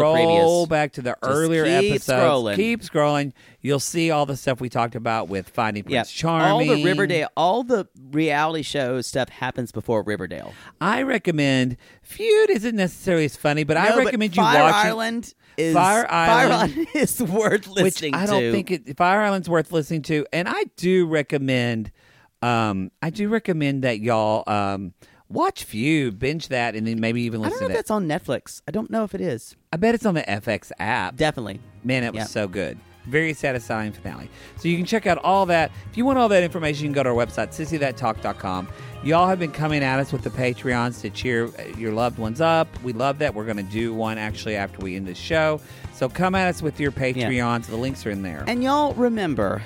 Speaker 2: previous.
Speaker 4: scroll back to the earlier
Speaker 2: keep
Speaker 4: episodes.
Speaker 2: scrolling.
Speaker 4: Keep scrolling. You'll see all the stuff we talked about with Finding
Speaker 2: Yeah,
Speaker 4: Prince Charming,
Speaker 2: All the Riverdale, all the reality show stuff happens before Riverdale.
Speaker 4: I recommend Feud isn't necessarily as funny, but
Speaker 2: No,
Speaker 4: I
Speaker 2: but
Speaker 4: recommend you
Speaker 2: Fire
Speaker 4: watch
Speaker 2: Island. Is,
Speaker 4: Fire Island-
Speaker 2: Island is worth
Speaker 4: it, which
Speaker 2: listening
Speaker 4: I don't
Speaker 2: to.
Speaker 4: think it, Fire Island's worth listening to. And I do recommend, um, I do recommend that y'all um, watch Feud, binge that, and then maybe even
Speaker 2: I
Speaker 4: listen
Speaker 2: don't know
Speaker 4: to
Speaker 2: if
Speaker 4: that.
Speaker 2: that's on Netflix. I don't know if it is.
Speaker 4: I bet it's on the FX app.
Speaker 2: Definitely.
Speaker 4: Man, it was
Speaker 2: Yeah.
Speaker 4: so good. Very satisfying finale. So you can check out all that. If you want all that information, you can go to our website, sissythattalk.com. Y'all have been coming at us with the Patreons to cheer uh, your loved ones up. We love that. We're going to do one actually after we end the show. So come at us with your Patreons. The links are in there.
Speaker 2: And y'all remember,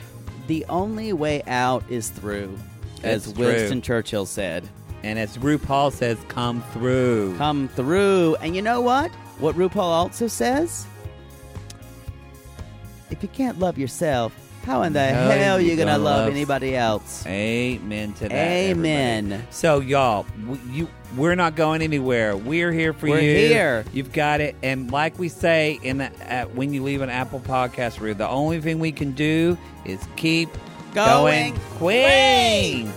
Speaker 2: the only way out is through, as
Speaker 4: It's
Speaker 2: Winston
Speaker 4: true.
Speaker 2: Churchill said.
Speaker 4: And as RuPaul says, come through.
Speaker 2: Come through. And you know what? What RuPaul also says? If you can't love yourself, how in the
Speaker 4: How
Speaker 2: hell are
Speaker 4: you
Speaker 2: you going to
Speaker 4: gonna
Speaker 2: love
Speaker 4: love-
Speaker 2: anybody else?
Speaker 4: Amen to that.
Speaker 2: Amen.
Speaker 4: everybody. So y'all, w- you we're not going anywhere. We're here for
Speaker 2: We're
Speaker 4: you.
Speaker 2: here.
Speaker 4: You've got it. And like we say in the, uh, when you leave an Apple Podcast review, the only thing we can do is keep
Speaker 2: Going
Speaker 4: queen.